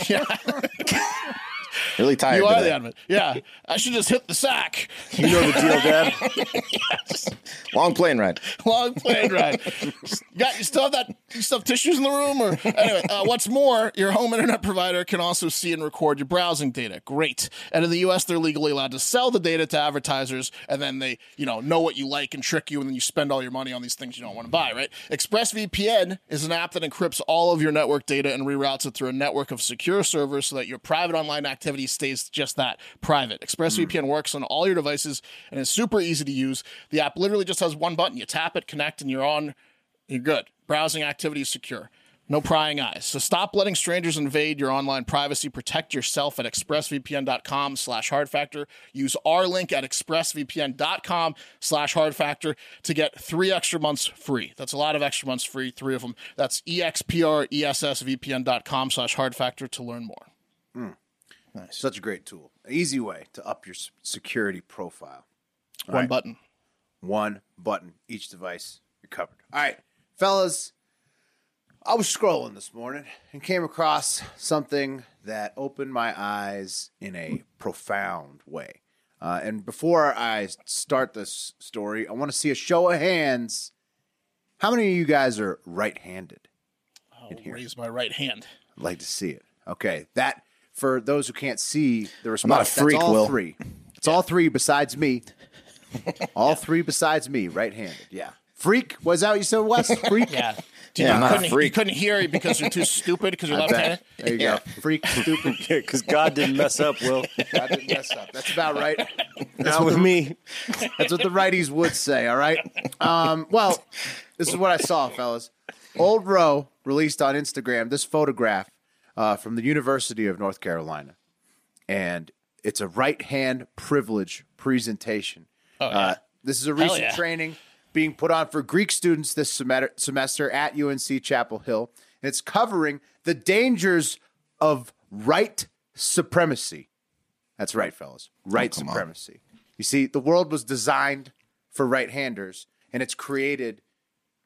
S4: Really tired.
S3: You are the
S4: today.
S3: admin. Yeah, I should just hit the sack.
S2: You know the deal, Dad.
S4: Long plane ride.
S3: long plane ride. You got you still have that you still have tissues in the room, or anyway. Uh, what's more, your home internet provider can also see and record your browsing data. Great. And in the U.S., they're legally allowed to sell the data to advertisers, and then they you know know what you like and trick you, and then you spend all your money on these things you don't want to buy. Right? ExpressVPN is an app that encrypts all of your network data and reroutes it through a network of secure servers so that your private online activity stays just that private. ExpressVPN works on all your devices and is super easy to use. The app literally just has one button. You tap it, connect, and you're on. You're good. Browsing activity is secure. No prying eyes. So stop letting strangers invade your online privacy. Protect yourself at expressvpn.com slash hardfactor. Use our link at expressvpn.com slash hardfactor to get three extra months free. That's a lot of extra months free, three of them. That's expressvpn.com slash hardfactor to learn more.
S1: Such a great tool. Easy way to up your s- security profile.
S3: One button.
S1: One button, each device, you're covered. All right, fellas, I was scrolling this morning and came across something that opened my eyes in a profound way. Uh, and before I start this story, I want to see a show of hands. How many of you guys are right handed?
S3: I'll raise my right hand.
S1: I'd like to see it. Okay, that for those who can't see the response.
S4: not a freak,
S1: that's all
S4: Will.
S1: three. It's all three besides me. all three besides me, right-handed. Yeah, freak was that what you said, Wes? Freak.
S3: Yeah.
S4: Yeah, I'm not a
S3: couldn't,
S4: freak.
S3: You couldn't hear it because you're too stupid because you're
S1: I
S3: left handed.
S1: bet. There you go. Freak, stupid.
S2: Because God didn't mess up, Will.
S1: I didn't mess up. That's about right.
S2: That's with me.
S1: That's what the righties would say. All right. Um, well, this is what I saw, fellas. Old Row released on Instagram this photograph uh, from the University of North Carolina, and it's a right hand privilege presentation. Oh, uh, this is a recent
S3: yeah.
S1: training being put on for Greek students this semester, semester at UNC Chapel Hill, and it's covering the dangers of right supremacy. That's right, fellas.
S3: Oh,
S1: Right supremacy. You see, the world was designed for right handers, and it's created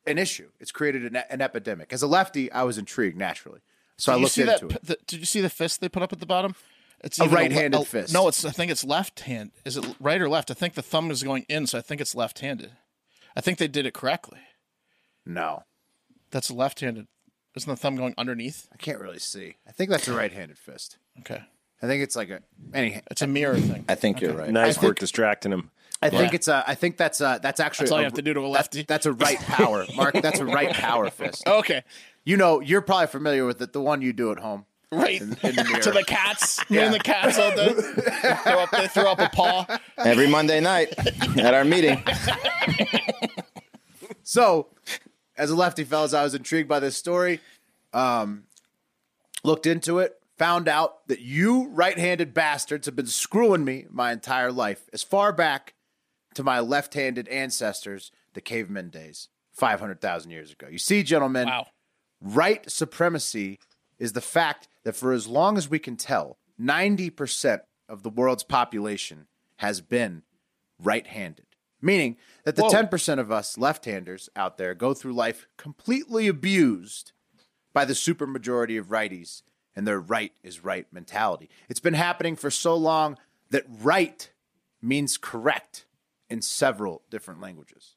S1: an issue. It's created an, e, an epidemic. As a lefty, I was intrigued naturally. So I
S3: Did you
S1: looked
S3: see
S1: into
S3: that?
S1: it.
S3: p- The, did you see the fist they put up at the bottom? It's
S1: A
S3: either le-
S1: right-handed
S3: a-
S1: fist.
S3: No, it's. I think it's left hand. Is it right or left? I think the thumb is going in, so I think it's left-handed. I think they did it correctly.
S1: No,
S3: That's left-handed. Isn't the thumb going underneath?
S1: I can't really see. I think that's a right handed fist.
S3: Okay,
S1: I think it's like a any.
S3: it's a mirror thing.
S4: I think you're right.
S2: Nice
S1: I
S2: work
S1: think-
S2: distracting him.
S1: I think it's a. I think that's a. That's actually
S3: That's all
S1: a-
S3: you have to do to a lefty.
S1: That's, that's a right power, Mark. That's a right power fist.
S3: Okay,
S1: You know, you're probably familiar with it. The one you do at home.
S3: right
S1: in the mirror.
S3: to the cats. Me and
S1: Yeah.
S3: the cats all day. they, throw up, they throw up a paw.
S4: Every Monday night at our meeting.
S1: So, as a lefty, fellas, I was intrigued by this story. Um, looked into it, found out that you right-handed bastards have been screwing me my entire life, as far back to my left-handed ancestors, the cavemen days, five hundred thousand years ago. You see, gentlemen,
S3: Wow.
S1: right supremacy is the fact that for as long as we can tell, ninety percent of the world's population has been right-handed. meaning that the 10% of us left-handers out there go through life completely abused by the supermajority of righties and their right is right mentality. It's been happening for so long that right means correct in several different languages.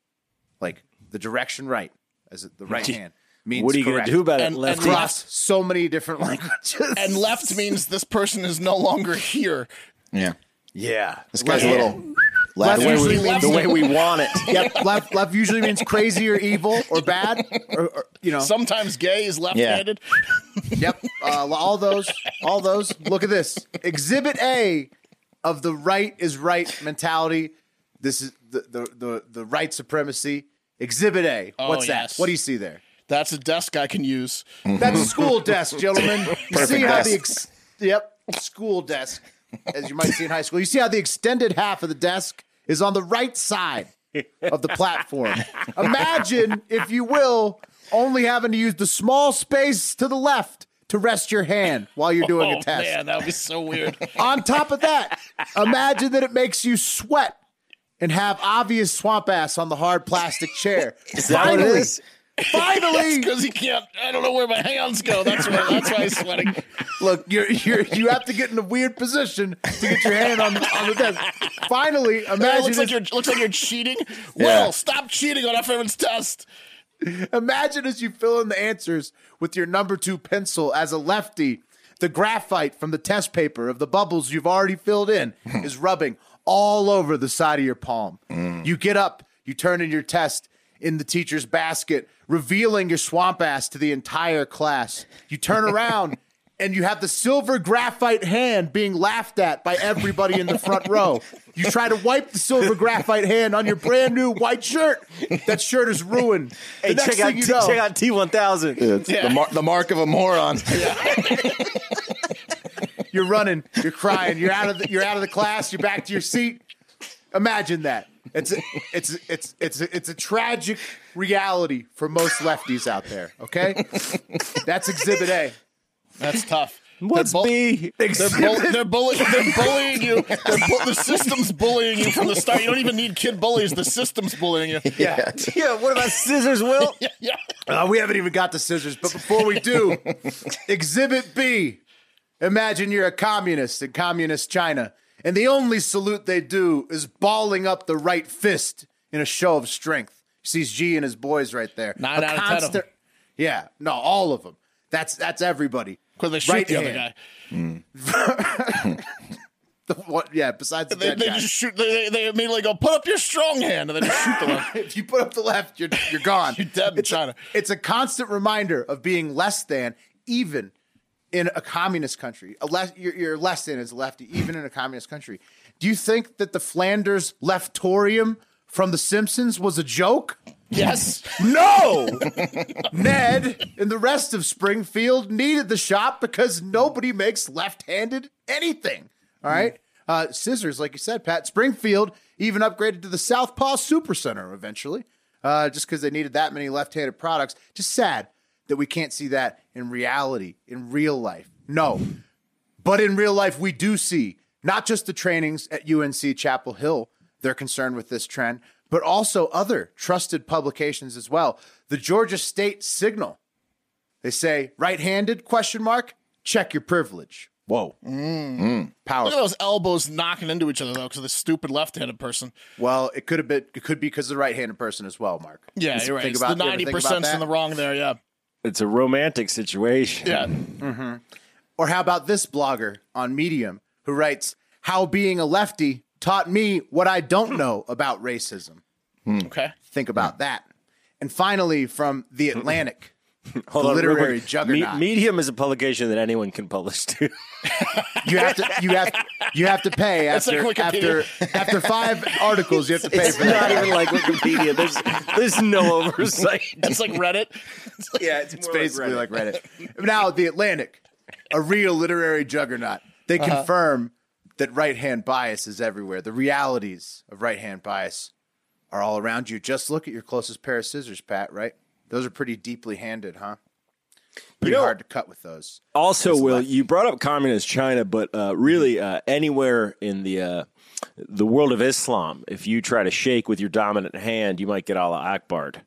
S1: Like the direction right, as the right hand means
S2: What are you going
S1: correct.
S2: to do about
S3: And-
S2: it,
S3: and
S2: Lefty?
S3: Ross-
S1: across so many different languages?
S3: And left means this person is no longer here.
S4: Yeah.
S1: yeah,
S4: This guy's a
S1: Left-
S4: little.
S1: Left usually means
S3: left-
S2: the way we want it.
S1: yep, left left usually means crazy or evil or bad or, or, you know.
S3: Sometimes gay is left-handed.
S1: Yep, uh, all those, all those. Look at this exhibit A of the right is right mentality. This is the the the, the right supremacy exhibit A.
S3: Oh,
S1: What's
S3: yes.
S1: that? What do you see there?
S3: That's a desk I can use.
S1: That's a school desk, gentlemen. You see how the ex-
S4: desk.
S1: yep school desk, as you might see in high school. You see how the extended half of the desk is on the right side of the platform. Imagine, if you will, only having to use the small space to the left to rest your hand while you're doing
S3: Oh
S1: a test.
S3: man, that would be so weird.
S1: On top of that, imagine that it makes you sweat and have obvious swamp ass on the hard plastic chair.
S2: what it
S1: Finally,
S2: is?
S1: finally,
S3: Because he can't. I don't know where my hands go. That's why. That's why he's sweating.
S1: Look, you're, you're, you have to get in a weird position to get your hand on, on the desk. Finally,
S3: It
S1: imagine
S3: looks like
S1: as,
S3: you're looks like you're cheating. Will, stop cheating on everyone's test.
S1: imagine as you fill in the answers with your number two pencil as a lefty, the graphite from the test paper of the bubbles you've already filled in is rubbing all over the side of your palm. You get up, you turn in your test in the teacher's basket, revealing your swamp ass to the entire class. You turn around. and you have the silver graphite hand being laughed at by everybody in the front row. You try to wipe the silver graphite hand on your brand new white shirt. That shirt is ruined. The
S2: Hey,
S1: next
S2: check
S1: thing
S2: out,
S1: you
S2: T-
S1: know,
S2: check out T1000.
S4: The, mar- the mark of a moron.
S1: you're running, you're crying, you're out of the, you're out of the class, you're back to your seat. Imagine that. It's a, it's a- it's it's a, it's a tragic reality for most lefties out there. Okay, that's Exhibit A.
S3: That's tough.
S2: What's
S3: They're bu-
S2: B?
S3: They're, bull- they're, bully- they're bullying you. They're bu- the system's bullying you from the start. You don't even need kid bullies. The system's bullying you.
S1: Yeah.
S2: Yeah, what about scissors, Will?
S3: Yeah.
S1: Uh, we haven't even got the scissors, but before we do, Exhibit B. Imagine you're a communist in communist China, and the only salute they do is balling up the right fist in a show of strength. Sees G and his boys right there.
S3: Nine
S1: A
S3: out of 10 of 'em.
S1: Yeah, no, all of them. That's that's everybody.
S3: Because they shoot
S1: Right
S3: the other
S1: hand.
S3: guy.
S1: The one- yeah, besides the
S3: They,
S1: dead
S3: they
S1: guy.
S3: just shoot. They, they immediately go, put up your strong hand, and then just shoot the one.
S1: if you put up the left, you're you're gone.
S3: You're dead in
S1: it's
S3: China.
S1: A, it's a constant reminder of being less than, even in a communist country. A less, you're, you're less than as a lefty, even in a communist country. Do you think that the Flanders leftorium from The Simpsons was a joke?
S3: Yes.
S1: No! Ned and the rest of Springfield needed the shop because nobody makes left handed anything. All right. Uh, scissors, like you said, Pat. Springfield even upgraded to the Southpaw Supercenter eventually uh, just because they needed that many left handed products. Just sad that we can't see that in reality, in real life. No. But in real life, we do see not just the trainings at UNC Chapel Hill, they're concerned with this trend, but also other trusted publications as well. The Georgia State Signal. They say right-handed question mark, check your privilege. Whoa. Mm.
S3: Look
S1: Powerful.
S3: at those elbows knocking into each other though, because of the stupid left-handed person.
S1: Well, it could have been it could be because of the right-handed person as well, Mark.
S3: Yeah,
S1: Just
S3: you're right.
S1: think
S3: It's
S1: about-
S3: the
S1: you ever
S3: ninety
S1: think about
S3: percent's
S1: that?
S3: in the wrong there. Yeah.
S2: It's a romantic situation.
S3: Yeah.
S1: Or how about this blogger on Medium who writes, How being a lefty taught me what I don't know about racism.
S3: Okay.
S1: Think about that. And finally, from The Atlantic,
S2: Hold
S1: The
S2: on, real
S1: literary
S2: quick.
S1: juggernaut.
S2: Me- Medium is a publication that anyone can publish to.
S1: you have to you have you have to pay
S3: like
S1: after after
S3: Wikipedia.
S1: after five articles. You have to pay
S2: It's
S1: for that.
S2: not even like Wikipedia. There's there's no oversight.
S3: It's like Reddit.
S2: yeah, it's,
S1: It's basically like Reddit. Now, The Atlantic, a real literary juggernaut, they
S2: Uh-huh.
S1: confirm that right hand bias is everywhere. The realities of right hand bias are all around you. Just look at your closest pair of scissors, Pat. Right? Those are pretty deeply handed, huh? Pretty
S2: know-
S1: hard to cut with those.
S2: Also, Will, you brought up communist China, but uh, really uh, anywhere in the uh, the world of Islam, if you try to shake with your dominant hand, you might get Allah Akbar'd.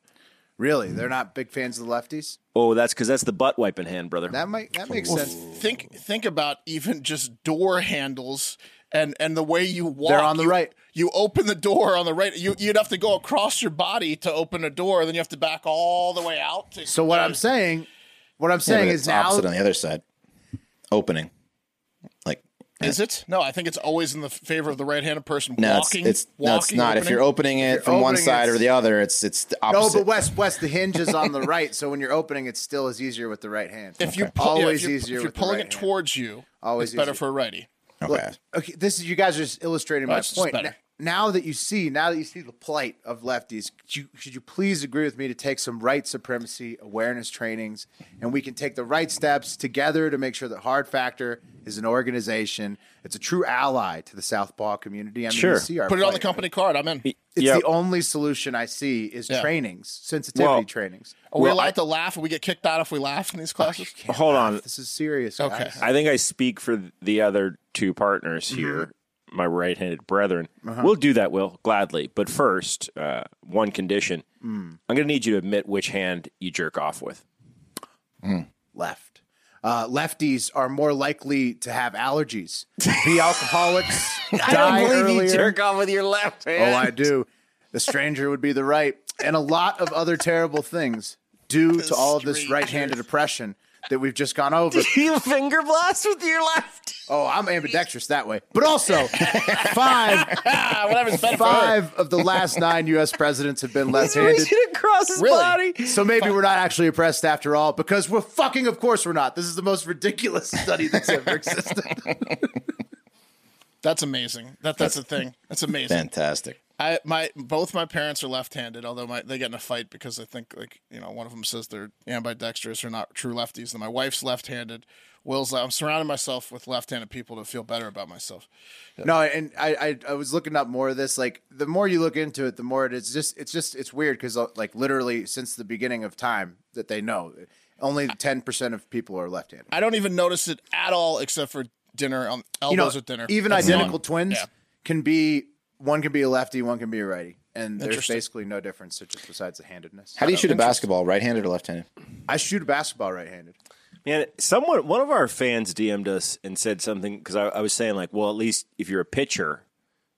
S1: Really,
S3: Hmm.
S1: they're not big fans of the lefties.
S2: Oh, that's because that's the butt wiping hand, brother.
S1: That might that makes sense.
S3: Think think about even just door handles and and the way you walk.
S1: They're on the
S3: You-
S1: right.
S3: You open the door on the right. You you'd have to go across your body to open a door, then you have to back all the way out. To,
S1: So what I'm saying, what I'm
S4: Yeah, but
S1: saying
S4: it's
S1: is now
S4: opposite on the other side. Opening. Like
S3: is it? No, I think it's always in the favor of the right-handed person
S4: no,
S3: walking.
S4: it's, it's no, it's
S3: walking,
S4: not. If
S3: opening.
S4: you're opening it from one
S1: opening
S4: side
S1: it,
S4: or the other, it's it's the
S1: no,
S4: opposite.
S1: but West West the hinge is on the right, so when you're opening, it still is easier with the right hand.
S3: if you pull, yeah, if
S1: always
S3: you're,
S1: easier
S3: if you're
S1: with the
S3: pulling
S1: right
S3: it
S1: hand.
S3: towards you,
S1: Always
S3: it's better
S1: easier.
S3: for a righty.
S1: Look,
S4: okay.
S1: okay, this is you guys are just illustrating my
S3: That's just
S1: point.
S3: better.
S1: N- Now that you see, now that you see the plight of lefties, could you, should you please agree with me to take some right supremacy awareness trainings, and we can take the right steps together to make sure that Hard Factor is an organization. It's a true ally to the Southpaw community. I mean,
S2: Sure.
S1: you see our
S3: Put it on the
S1: plight.
S3: company card. I'm in.
S1: It's
S2: Yeah.
S1: the only solution I see is
S3: Yeah.
S1: trainings, sensitivity
S2: Well-
S1: trainings.
S3: Are we
S2: Well,
S3: allowed
S2: I-
S3: to laugh? We get kicked out if we laugh in
S1: Oh,
S3: these classes.
S2: Hold on.
S1: This is serious.
S3: Okay.
S1: guys.
S2: I think I speak for the other two partners
S1: Mm-hmm.
S2: here, my right-handed brethren.
S1: Uh-huh.
S2: We'll do that, Will, gladly. But first, uh, one condition:
S1: Mm.
S2: I'm going to need you to admit which hand you jerk off with.
S1: left. Uh, lefties are more likely to have allergies, be alcoholics, die earlier.
S2: off with your left hand.
S1: oh, I do. The stranger would be the right, and a lot of other terrible things due to all of this
S3: stranger.
S1: right-handed oppression that we've just gone over.
S2: you finger blast with your left.
S1: Oh, I'm ambidextrous that way. But also, five
S3: Whatever's Ah, better for her.
S1: five of the last nine U.S. presidents have been left-handed.
S2: across his
S3: Really? body.
S1: So maybe we're not actually oppressed after all, because we're fucking. Of course, we're not. This is the most ridiculous study that's ever existed.
S3: That's amazing. That that's the thing. That's amazing.
S4: Fantastic.
S3: I my both my parents are left-handed, although my they get in a fight because I think like you know one of them says they're ambidextrous or not true lefties, and my wife's left-handed. Will's I'm surrounding myself with left-handed people to feel better about myself.
S1: No, and I, I I was looking up more of this. Like the more you look into it, the more it is just it's just it's weird because like literally since the beginning of time that they know, only ten percent of people are left-handed.
S3: I don't even notice it at all, except for dinner on elbows
S1: You know,
S3: at dinner.
S1: even
S3: That's
S1: identical
S3: gone.
S1: twins
S3: Yeah.
S1: can be one can be a lefty, one can be a righty, and there's
S3: Interesting.
S1: basically no difference just besides the handedness.
S4: How do you shoot a basketball? Right handed or left handed?
S1: I shoot a basketball right-handed.
S2: Man, someone, one of our fans DM'd us and said something because I, I was saying like, well, at least if you're a pitcher,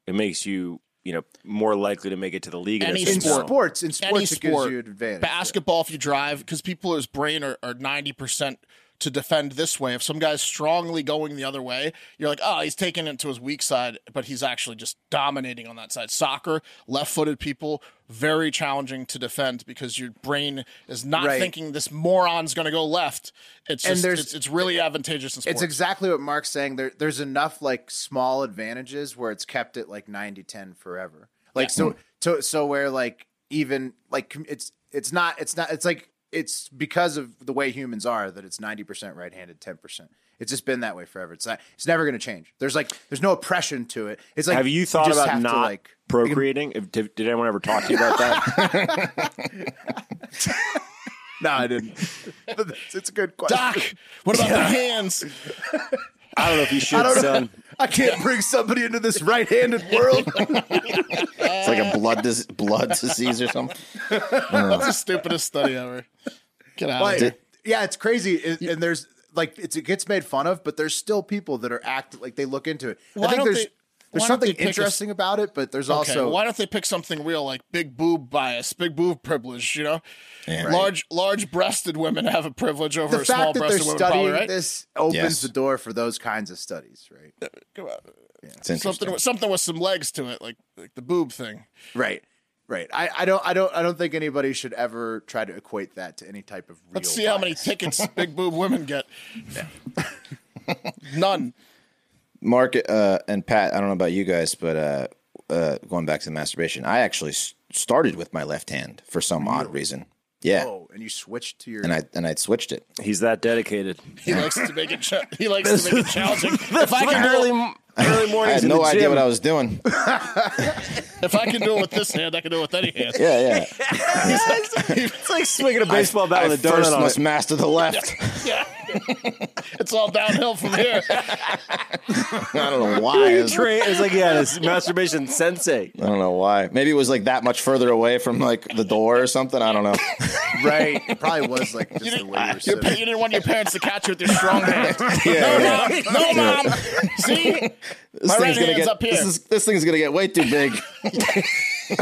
S2: it makes you, you know, more likely to make it to the league.
S3: Any
S1: In
S2: that's
S3: sport.
S2: small.
S1: sports, in sports,
S3: Any
S1: it
S3: sport,
S1: gives you an advantage.
S3: basketball if you drive, because people's brain are ninety percent to defend this way. If some guy's strongly going the other way, you're like, oh, he's taking it to his weak side, but he's actually just dominating on that side. Soccer, left-footed people, very challenging to defend because your brain is not
S1: Right.
S3: thinking this moron's going to go left. It's
S1: And
S3: just,
S1: there's-
S3: it's, it's really advantageous in sports.
S1: It's exactly what Mark's saying. There, there's enough like small advantages where it's kept at like 90 10 forever. Like so, to, so where like even like com- it's it's not it's not it's like it's because of the way humans are that it's 90% right-handed, 10%. It's just been that way forever. It's not it's never going to change. There's like there's no oppression to it. It's like
S2: Have you thought
S1: just
S2: about
S1: have to,
S2: not
S1: like
S2: procreating? If- Did, did anyone ever talk to you about that?
S1: No, I didn't. it's, it's a good question.
S3: Doc, what about the hands?
S2: I don't know if you should, son.
S1: I can't bring somebody into this right-handed world.
S4: It's like a blood dis- blood disease or something.
S3: That's the stupidest study ever. Get out of
S1: But,
S3: here.
S1: yeah, it's crazy, It- and there's like it's, it gets made fun of, but there's still people that are act like they look into it.
S3: Why
S1: I think
S3: don't
S1: there's
S3: they-
S1: there's
S3: why don't
S1: something
S3: they pick a-
S1: interesting about it, but there's
S3: Okay,
S1: also
S3: why don't they pick something real like big boob bias, big boob privilege? You know,
S4: Yeah.
S3: large large breasted women have a privilege over
S1: the
S3: a small
S1: fact that they're
S3: breasted woman, probably
S1: studying
S3: right?
S1: this opens
S4: Yes.
S1: the door for those kinds of studies, right?
S3: Come on.
S4: It's interesting.
S3: Something with, something with some legs to it, like like the boob thing.
S1: Right, right. I, I don't I don't I don't think anybody should ever try to equate that to any type of. Real
S3: Let's see how many tickets big boob women get. None.
S4: Mark uh, and Pat, I don't know about you guys, but uh, uh, going back to the masturbation, I actually s- started with my left hand for some odd reason. Yeah,
S1: Oh, and you switch to your.
S4: and I and I switched it.
S2: He's that dedicated.
S3: He likes to make it. Cha- he likes to make it challenging. if I can
S2: really
S3: go,
S2: Early
S4: I
S2: mornings
S4: had
S2: in
S4: no
S2: the
S4: idea
S2: gym.
S4: what I was doing.
S3: If I can do it with this hand, I can do it with any hand.
S4: Yeah, yeah.
S2: it's like swinging a baseball bat
S4: I
S2: with a
S4: first
S2: donut on
S4: must
S2: it.
S4: master the left.
S3: Yeah. it's all downhill from here.
S4: I don't know why. It was-
S2: Train, it's like yeah, it's masturbation sensei.
S4: I don't know why. Maybe it was like that much further away from like the door or something. I don't know.
S1: right? It probably was like just the way you were
S3: Your pa-
S1: sitting.
S3: you didn't want your parents to catch you with your strong hand.
S4: yeah.
S3: No, mom. No, mom. See?
S4: This
S3: My
S4: thing's
S3: right
S4: gonna
S3: hand's
S4: get,
S3: up here.
S4: This, is, this thing's gonna get way too big.
S1: You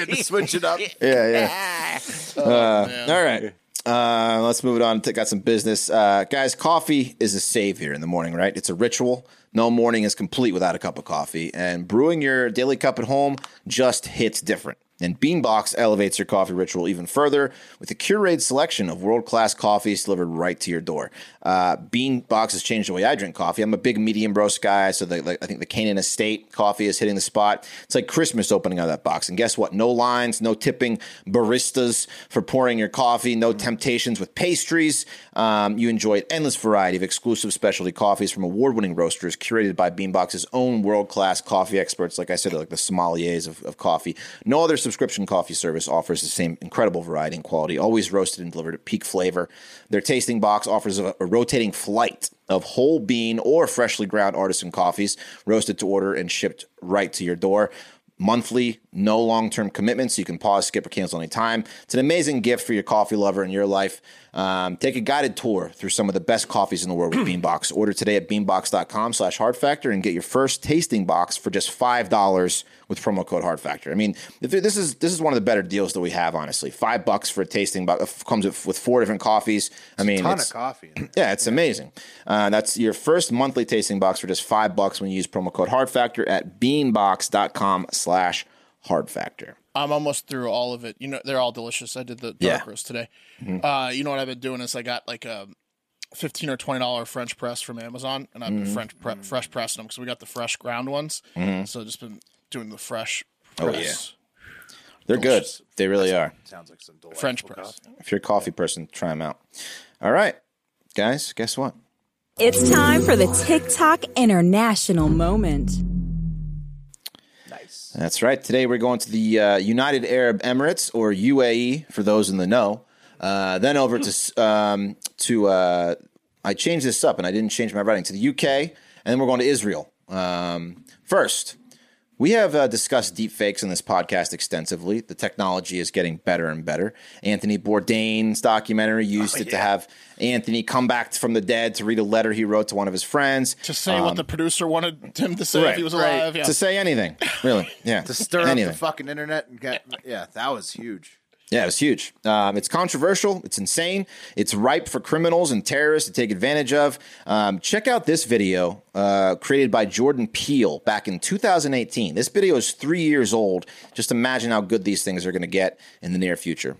S1: had to switch it up.
S4: Yeah, yeah. Uh, all right. Uh, let's move it on. T- Got some business. Uh, guys, coffee is a savior in the morning, right? It's a ritual. No morning is complete without a cup of coffee. And brewing your daily cup at home just hits different. And Beanbox elevates your coffee ritual even further with a curated selection of world class coffees delivered right to your door. Uh, Beanbox has changed the way I drink coffee. I'm a big medium roast guy, so the, like, I think the Canaan Estate coffee is hitting the spot. It's like Christmas opening out of that box. And guess what? No lines, no tipping, baristas for pouring your coffee, no temptations with pastries. Um, you enjoy an endless variety of exclusive specialty coffees from award winning roasters curated by Beanbox's own world class coffee experts. Like I said, they're like the sommeliers of, of coffee. No other subscription coffee service offers the same incredible variety and quality, always roasted and delivered at peak flavor. Their tasting box offers a, a rotating flight of whole bean or freshly ground artisan coffees, roasted to order and shipped right to your door monthly, no long term commitments. You can pause, skip, or cancel anytime. It's an amazing gift for your coffee lover in your life. Um, take a guided tour through some of the best coffees in the world with Beanbox. Order today at beanbox.com slash hard factor and get your first tasting box for just $5 with promo code hard factor. I mean, if there- this is this is one of the better deals that we have, honestly. Five bucks for a tasting box uh, comes with with four different coffees. I mean,
S1: Ton
S4: it's-
S1: of coffee. in it.
S4: yeah, it's amazing. Uh, that's your first monthly tasting box for just five bucks when you use promo code Hard Factor at beanbox.com slash Hard Factor.
S3: I'm almost through all of it. You know, they're all delicious. I did the dark
S4: Yeah. Mm-hmm.
S3: roast today. Uh, you know what I've been doing is I got like a fifteen or twenty dollar French press from Amazon, and I've been
S4: Mm-hmm.
S3: French pre- fresh pressing them because we got the fresh ground ones. So just been doing the fresh
S4: Oh,
S3: press,
S4: They're good. They really are.
S1: Sounds like some delightful
S3: French press.
S4: If you're a coffee person, try them out. All right, guys, guess what?
S7: It's time for the TikTok International Moment.
S4: That's right. Today we're going to the uh, United Arab Emirates, or UAE, for those in the know. Uh, then over to s- um, to uh, I changed this up and I didn't change my writing to the UK, and then we're going to Israel. Um, first, we have uh, discussed deepfakes in this podcast extensively. The technology is getting better and better. Anthony Bourdain's documentary
S1: Oh,
S4: used it to have Anthony come back from the dead to read a letter he wrote to one of his friends
S3: to say what the producer wanted him to say if
S4: Um, right,
S3: he was
S1: right.
S3: alive. Yeah.
S4: to say anything, really. Yeah,
S1: To stir
S4: anything.
S1: up the fucking internet and get yeah, that was huge.
S4: Yeah, it was huge. Um, it's controversial. It's insane. It's ripe for criminals and terrorists to take advantage of. Um, check out this video uh, created by Jordan Peele back in 2018. This video is three years old. Just imagine how good these things are going to get in the near future.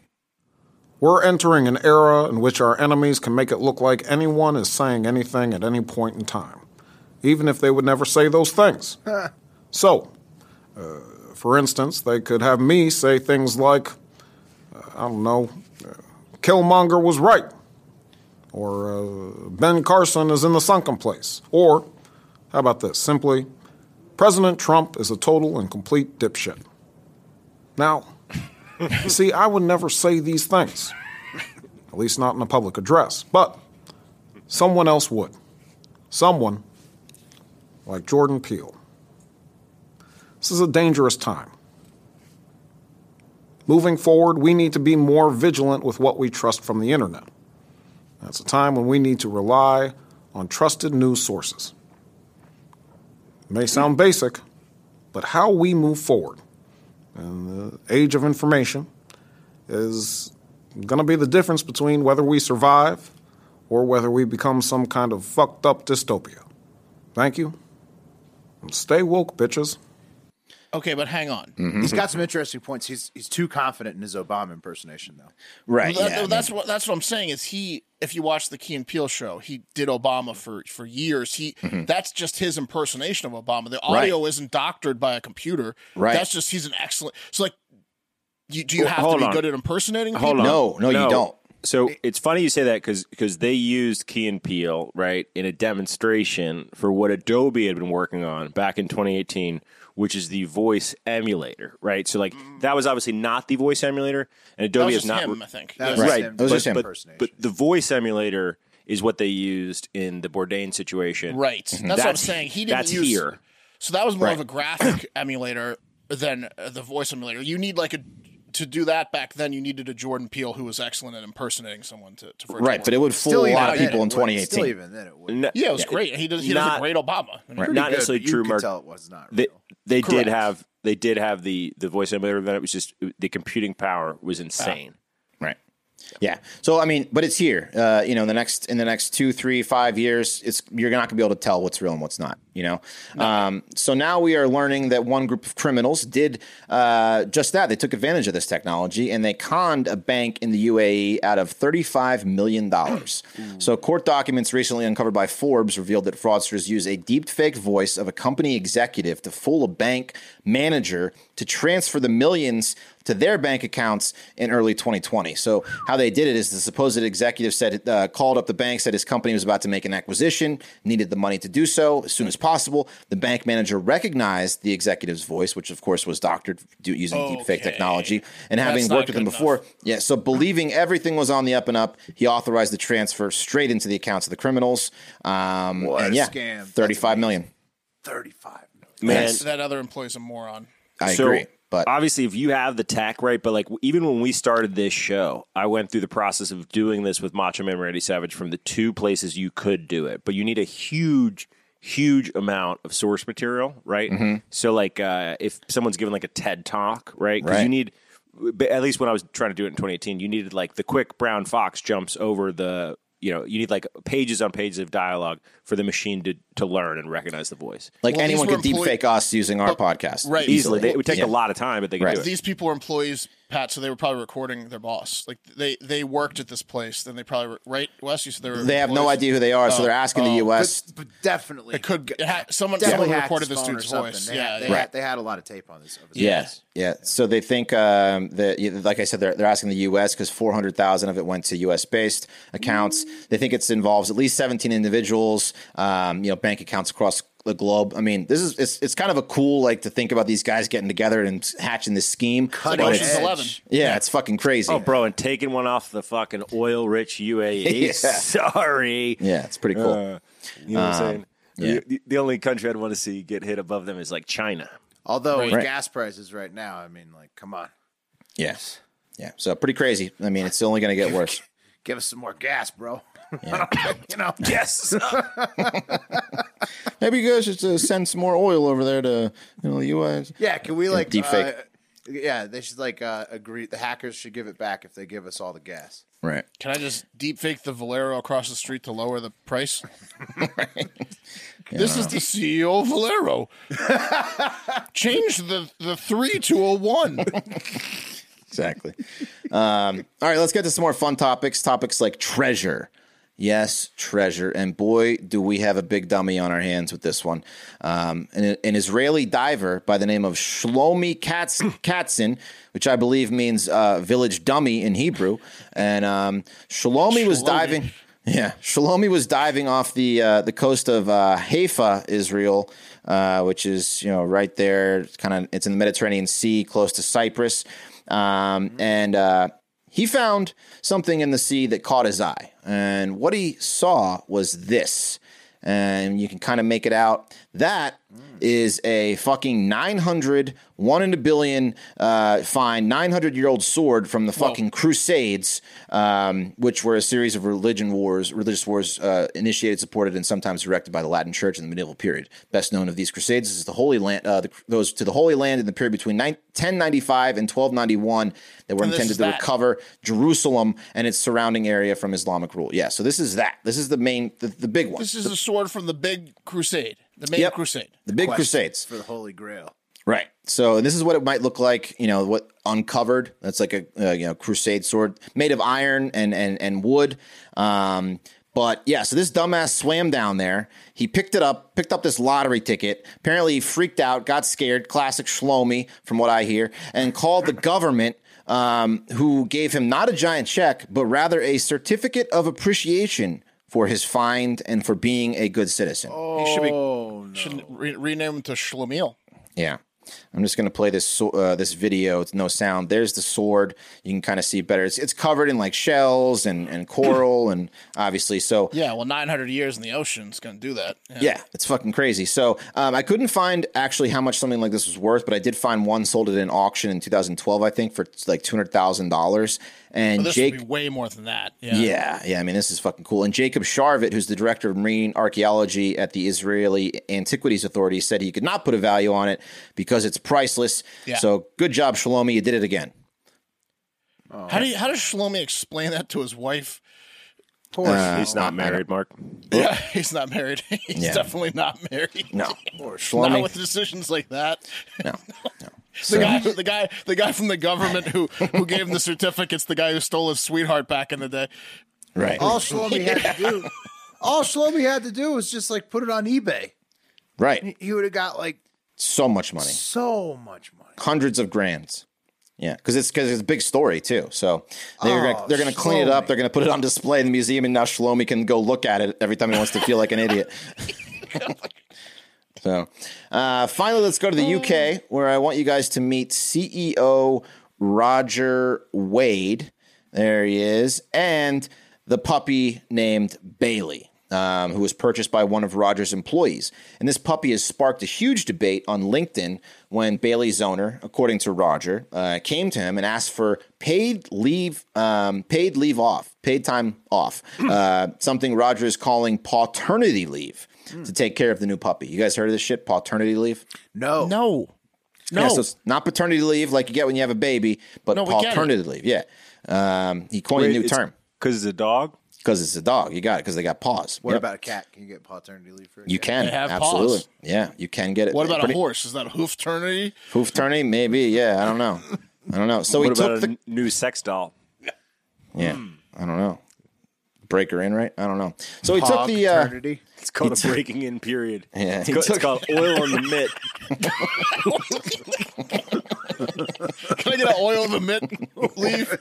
S8: We're entering an era in which our enemies can make it look like anyone is saying anything at any point in time, even if they would never say those things. so, uh, for instance, they could have me say things like, uh, I don't know, uh, Killmonger was right, or uh, Ben Carson is in the sunken place, or how about this? Simply, President Trump is a total and complete dipshit. Now, See, I would never say these things, at least not in a public address, but someone else would. Someone like Jordan Peele. This is a dangerous time. Moving forward, we need to be more vigilant with what we trust from the internet. That's a time when we need to rely on trusted news sources. It may sound basic, but how we move forward age of information is going to be the difference between whether we survive or whether we become some kind of fucked up dystopia. Thank you. And stay woke, bitches.
S3: Okay, but hang on.
S1: He's got some interesting points. He's he's too confident in his Obama impersonation though.
S2: Uh,
S4: Right.
S3: Well, that-
S4: yeah, I mean-
S3: that's what that's what I'm saying is he. If you watch the Key and Peele show, he did Obama for for years. He
S2: Mm-hmm.
S3: that's just his impersonation of Obama. The audio isn't doctored by a computer.
S4: Right.
S3: That's just he's an excellent. So like, you, do you
S2: Well,
S3: have to
S2: hold
S3: be
S2: on.
S3: good at impersonating?
S2: Hold
S3: people?
S2: on.
S4: No, no, you don't.
S2: So it's funny you say that because they used Key and Peele right in a demonstration for what Adobe had been working on back in 2018, which is the voice emulator, right? So like that was obviously not the voice emulator, and
S3: That
S2: Adobe
S3: was
S2: has
S3: just
S2: not
S3: him, I think.
S1: That was
S2: right.
S1: him.
S4: That was
S2: but,
S4: just him.
S2: but- But, the voice emulator is what they used in the Bourdain situation,
S3: Right. That's, what I'm
S2: Mm-hmm. That's-
S3: saying. He didn't
S2: that's
S3: use
S2: here.
S3: So that was more of a graphic emulator than uh, the voice emulator. You need like a to do that back then. You needed a Jordan Peele who was excellent at impersonating someone to, to
S4: Right, but it would fool a
S1: even
S4: lot of
S1: then
S4: people in
S1: it would- Still
S4: 2018.
S1: even then, it would.
S2: N-
S3: yeah, it was great. He does he does a
S2: not-
S3: great Obama. I mean,
S2: Right.
S3: pretty
S2: Not
S1: Good,
S2: necessarily
S1: but you
S2: true.
S1: could
S2: Mark,
S1: tell it was not
S2: they
S1: real.
S2: they
S3: Correct.
S2: did have they did have the the voice emulator event. It was just the computing power was insane.
S4: Right. Yeah. So I mean, but it's here. Uh, you know, in the next in the next two, three, five years, it's you're not gonna be able to tell what's real and what's not. You know. Um, so now we are learning that one group of criminals did uh, just that. They took advantage of this technology and they conned a bank in the UAE out of thirty-five million dollars. so court documents recently uncovered by Forbes revealed that fraudsters use a deep fake voice of a company executive to fool a bank manager to transfer the millions to their bank accounts in early 2020. So how they did it is the supposed executive said uh, called up the bank, said his company was about to make an acquisition, needed the money to do so as soon as possible. The bank manager recognized the executive's voice, which of course was doctored do, using deep fake
S3: Okay.
S4: technology, and
S3: That's
S4: having
S3: not
S4: worked with him
S3: good enough.
S4: before, yeah. So believing everything was on the up and up, he authorized the transfer straight into the accounts of the criminals. Um,
S1: What
S4: and
S1: a
S4: yeah,
S1: scam. That's
S4: 35 million.
S1: Thirty-five.
S2: Man,
S3: much. that other employee's a moron.
S4: I
S2: So,
S4: agree, but
S2: obviously, if you have the tech right, but like even when we started this show, I went through the process of doing this with Macho Man Randy Savage from the two places you could do it, but you need a huge, huge amount of source material, right?
S4: Mm-hmm.
S2: So like uh, if someone's given like a TED talk, right? Because you
S4: Right.
S2: need. But at least when I was trying to do it in 2018, you needed like the quick brown fox jumps over the, you know, you need like pages on pages of dialogue for the machine to, to learn and recognize the voice.
S4: like
S3: Well, these
S4: anyone
S3: were
S4: could deep
S3: employee- Oh,
S4: fake us using our podcast,
S3: right.
S2: Easily, They- it would take
S4: Yeah.
S2: a lot of time, but they could
S4: Right.
S2: do it.
S3: These people were employees, Pat, so they were probably recording their boss. Like they they worked at this place, then they probably were, right Wes. You said they were.
S4: They have no
S3: employees? Oh.
S4: idea who they are, so they're asking the U.S.
S1: But, but definitely,
S3: It could it had, someone
S1: definitely
S3: someone
S1: hacked
S3: reported
S1: his
S3: this
S1: phone or
S3: dude's
S1: something.
S3: voice.
S1: They
S3: yeah,
S1: had, they,
S3: yeah.
S1: had, they had a lot of tape on this. Of it.
S4: Yeah. So they think um, that yeah, like I said, they're, they're asking the U.S. because 400,000 of it went to U.S. based accounts. They think it involves at least 17 individuals, um, you know, bank accounts across the globe. I mean, this is it's, it's kind of a cool like to think about these guys getting together and hatching this scheme.
S1: Cutting
S4: but
S3: Ocean's
S4: it's-
S1: edge.
S3: Eleven.
S4: yeah, it's fucking crazy.
S2: Oh, bro, and taking one off the fucking oil rich UAE.
S4: Yeah.
S2: E. Sorry.
S4: Yeah, it's pretty cool. Um,
S2: Uh, you know what I'm saying?
S4: yeah.
S2: The, the only country I'd want to see get hit above them is like China.
S1: Although with
S4: Right.
S1: gas prices right now, I mean, like, come on,
S4: yeah. Yeah. So pretty crazy. I mean, it's only going to get worse.
S1: give us some more gas, bro. you know,
S2: Yes.
S4: Maybe you guys should uh, send some more oil over there to you know the U.S.
S1: yeah. Can we like
S4: deep fake.
S1: Uh, yeah, they should like uh, agree. The hackers should give it back if they give us all the gas.
S4: Right.
S3: Can I just deep fake the Valero across the street to lower the price? This is the CEO of Valero. Change the, the three to a one.
S4: exactly. Um, all right, let's get to some more fun topics. Topics like treasure. Yes, treasure. And boy, do we have a big dummy on our hands with this one. Um, an, an Israeli diver by the name of Shlomi Katz, Katzen, which I believe means uh, village dummy in Hebrew. And um, Shlomi was diving. Yeah, Shlomi was diving off the uh, the coast of uh, Haifa, Israel, uh, which is you know right there, kind of it's in the Mediterranean Sea, close to Cyprus, um, and uh, he found something in the sea that caught his eye, and what he saw was this, and you can kind of make it out. That is a fucking 900, one in a billion uh, fine, 900 year old sword from the fucking Crusades, um, which were a series of religion wars, religious wars uh, initiated, supported, and sometimes directed by the Latin Church in the medieval period. Best known of these Crusades is the Holy Land, uh, the, those to the Holy Land in the period between 9, 1095 and 1291 that were
S3: And this
S4: intended
S3: is
S4: to
S3: that.
S4: recover recover Jerusalem and its surrounding area from Islamic rule. Yeah, so this is that. This is the main, the, the big one.
S3: This is a sword from the big crusade, the main
S4: Yep.
S3: crusade.
S4: the big
S1: Quest
S4: crusades.
S1: for the Holy Grail.
S4: Right. So this is what it might look like. You know what uncovered. That's like a uh, you know crusade sword made of iron and and and wood. Um, But yeah, so this dumbass swam down there. He picked it up, picked up this lottery ticket. Apparently, he freaked out, got scared. Classic Shlomi, from what I hear, and called the government, um, who gave him not a giant check, but rather a certificate of appreciation for his find and for being a good citizen.
S3: He should be should re- rename him to Schlemiel.
S4: Yeah. I'm just going to play this so- uh, this video. It's no sound. There's the sword. You can kind of see it better. It's, it's covered in like shells and, and coral and obviously so
S3: Yeah, well, 900 years in the ocean's going to do that. Yeah.
S4: yeah, it's fucking crazy. So um, I couldn't find actually how much something like this was worth, but I did find one sold at an auction in 2012, I think, for like two hundred thousand dollars. And
S3: Oh, This
S4: Jake,
S3: would be way more than that. Yeah.
S4: yeah, yeah. I mean, this is fucking cool. And Jacob Sharvit, who's the director of marine archaeology at the Israeli Antiquities Authority, said he could not put a value on it because it's priceless.
S3: Yeah.
S4: So good job, Shalomi. You did it again.
S3: How do you, how does Shlomi explain that to his wife?
S4: Uh,
S1: course.
S2: He's not married, Mark.
S3: Yeah, he's not married. he's
S4: Yeah.
S3: definitely not married.
S4: No,
S3: Not
S4: Shlomi.
S3: with decisions like that.
S4: no, no.
S3: The guy, the guy, the guy from the government who who gave him the certificates. The guy who stole his sweetheart back in the day.
S4: Right,
S1: all Shlomi had to do, all Shlomi had to do was just like put it on eBay.
S4: right.
S1: He would have got like
S4: So much money.
S1: so much money.
S4: hundreds of grands. Yeah, because it's because it's a big story too. So they're
S1: Oh,
S4: gonna, they're going to clean it
S1: Shlomi.
S4: up. They're going to put it on display in the museum, and now Shlomi can go look at it every time he wants to feel like an idiot. so uh, finally, let's go to the UK, where I want you guys to meet CEO Roger Wade. There he is, and the puppy named Bailey. Um, who was purchased by one of Roger's employees. And this puppy has sparked a huge debate on LinkedIn when Bailey's owner, according to Roger, uh, came to him and asked for paid leave, um, paid leave off, paid time off, uh, something Roger is calling paternity leave to take care of the new puppy. You guys heard of this shit, paternity leave?
S1: No,
S3: No, no,
S4: Yeah, so it's not paternity leave like you get when you have a baby, but
S3: No, we get it.
S4: paternity leave. Yeah. Um, he coined a new term
S2: Because it's a dog?
S4: because it's a dog. You got it because they got paws.
S1: What
S4: Yep.
S1: about a cat? Can you get paternity leave for? A
S4: You
S1: cat?
S4: can
S3: They have
S4: absolutely,
S3: paws.
S4: yeah. You can get it.
S3: What about
S4: Pretty-
S3: a horse? Is that a hoof ternity?
S4: Hoof turny? Maybe. Yeah. I don't know. I don't know. So he
S2: What
S4: took
S2: about
S4: the
S2: a new sex doll?
S4: Yeah.
S1: Hmm.
S4: I don't know. Break her in, right? I don't know. So he took the uh,
S1: Paternity?
S2: It's called a breaking in period.
S4: Yeah,
S2: it's,
S4: he
S2: ca- it's
S4: took-
S2: called oil on the mitt.
S3: Can I get an oil in the mitt? Leave.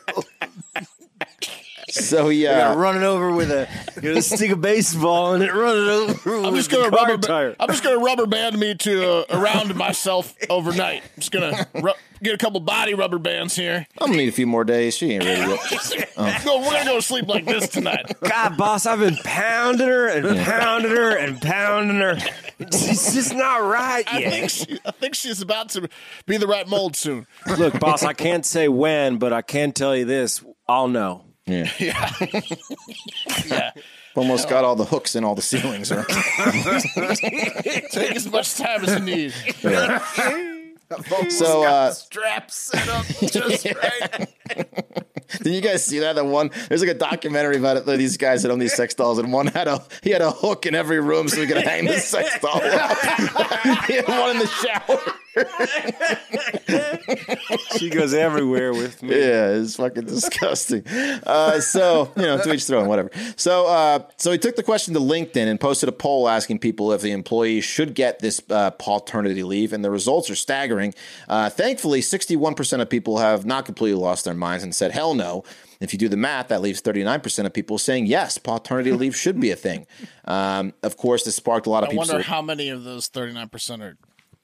S4: so he uh,
S2: run it over with a you know, stick a baseball and it run it over
S3: I'm just gonna rubber. ba- I'm just gonna rubber band me to uh, around myself overnight. I'm just gonna ru- get a couple body rubber bands here.
S4: I'm gonna need a few more days. She ain't ready yet.
S3: No, we're gonna go to sleep like this tonight.
S2: God, boss, I've been pounding her and pounding her and pounding her. It's just not right
S3: I think she, I think she's about to be the right mold soon.
S2: Look, boss, I can't say when, but I can tell you this: I'll know.
S4: Almost got all the hooks in all the ceilings. Right?
S3: Take as much time as you need.
S4: So uh,
S1: Straps set up just right.
S4: did you guys see that? The one there's like a documentary about it. These guys that own these sex dolls, and one had a he had a hook in every room so he could hang the sex doll. Up. he had one in the shower.
S2: She goes everywhere with me.
S4: Yeah, it's fucking disgusting. Uh, so you know, to each their own, whatever. So uh, so he took the question to LinkedIn and posted a poll asking people if the employee should get this uh, paternity leave, and the results are staggering. Uh, thankfully, sixty-one percent of people have not completely lost their minds and said, "Hell no." If you do the math, that leaves 39% of people saying yes, paternity leave should be a thing. Um, of course, this sparked a lot of
S3: I
S4: people.
S3: wonder how many of those thirty nine percent are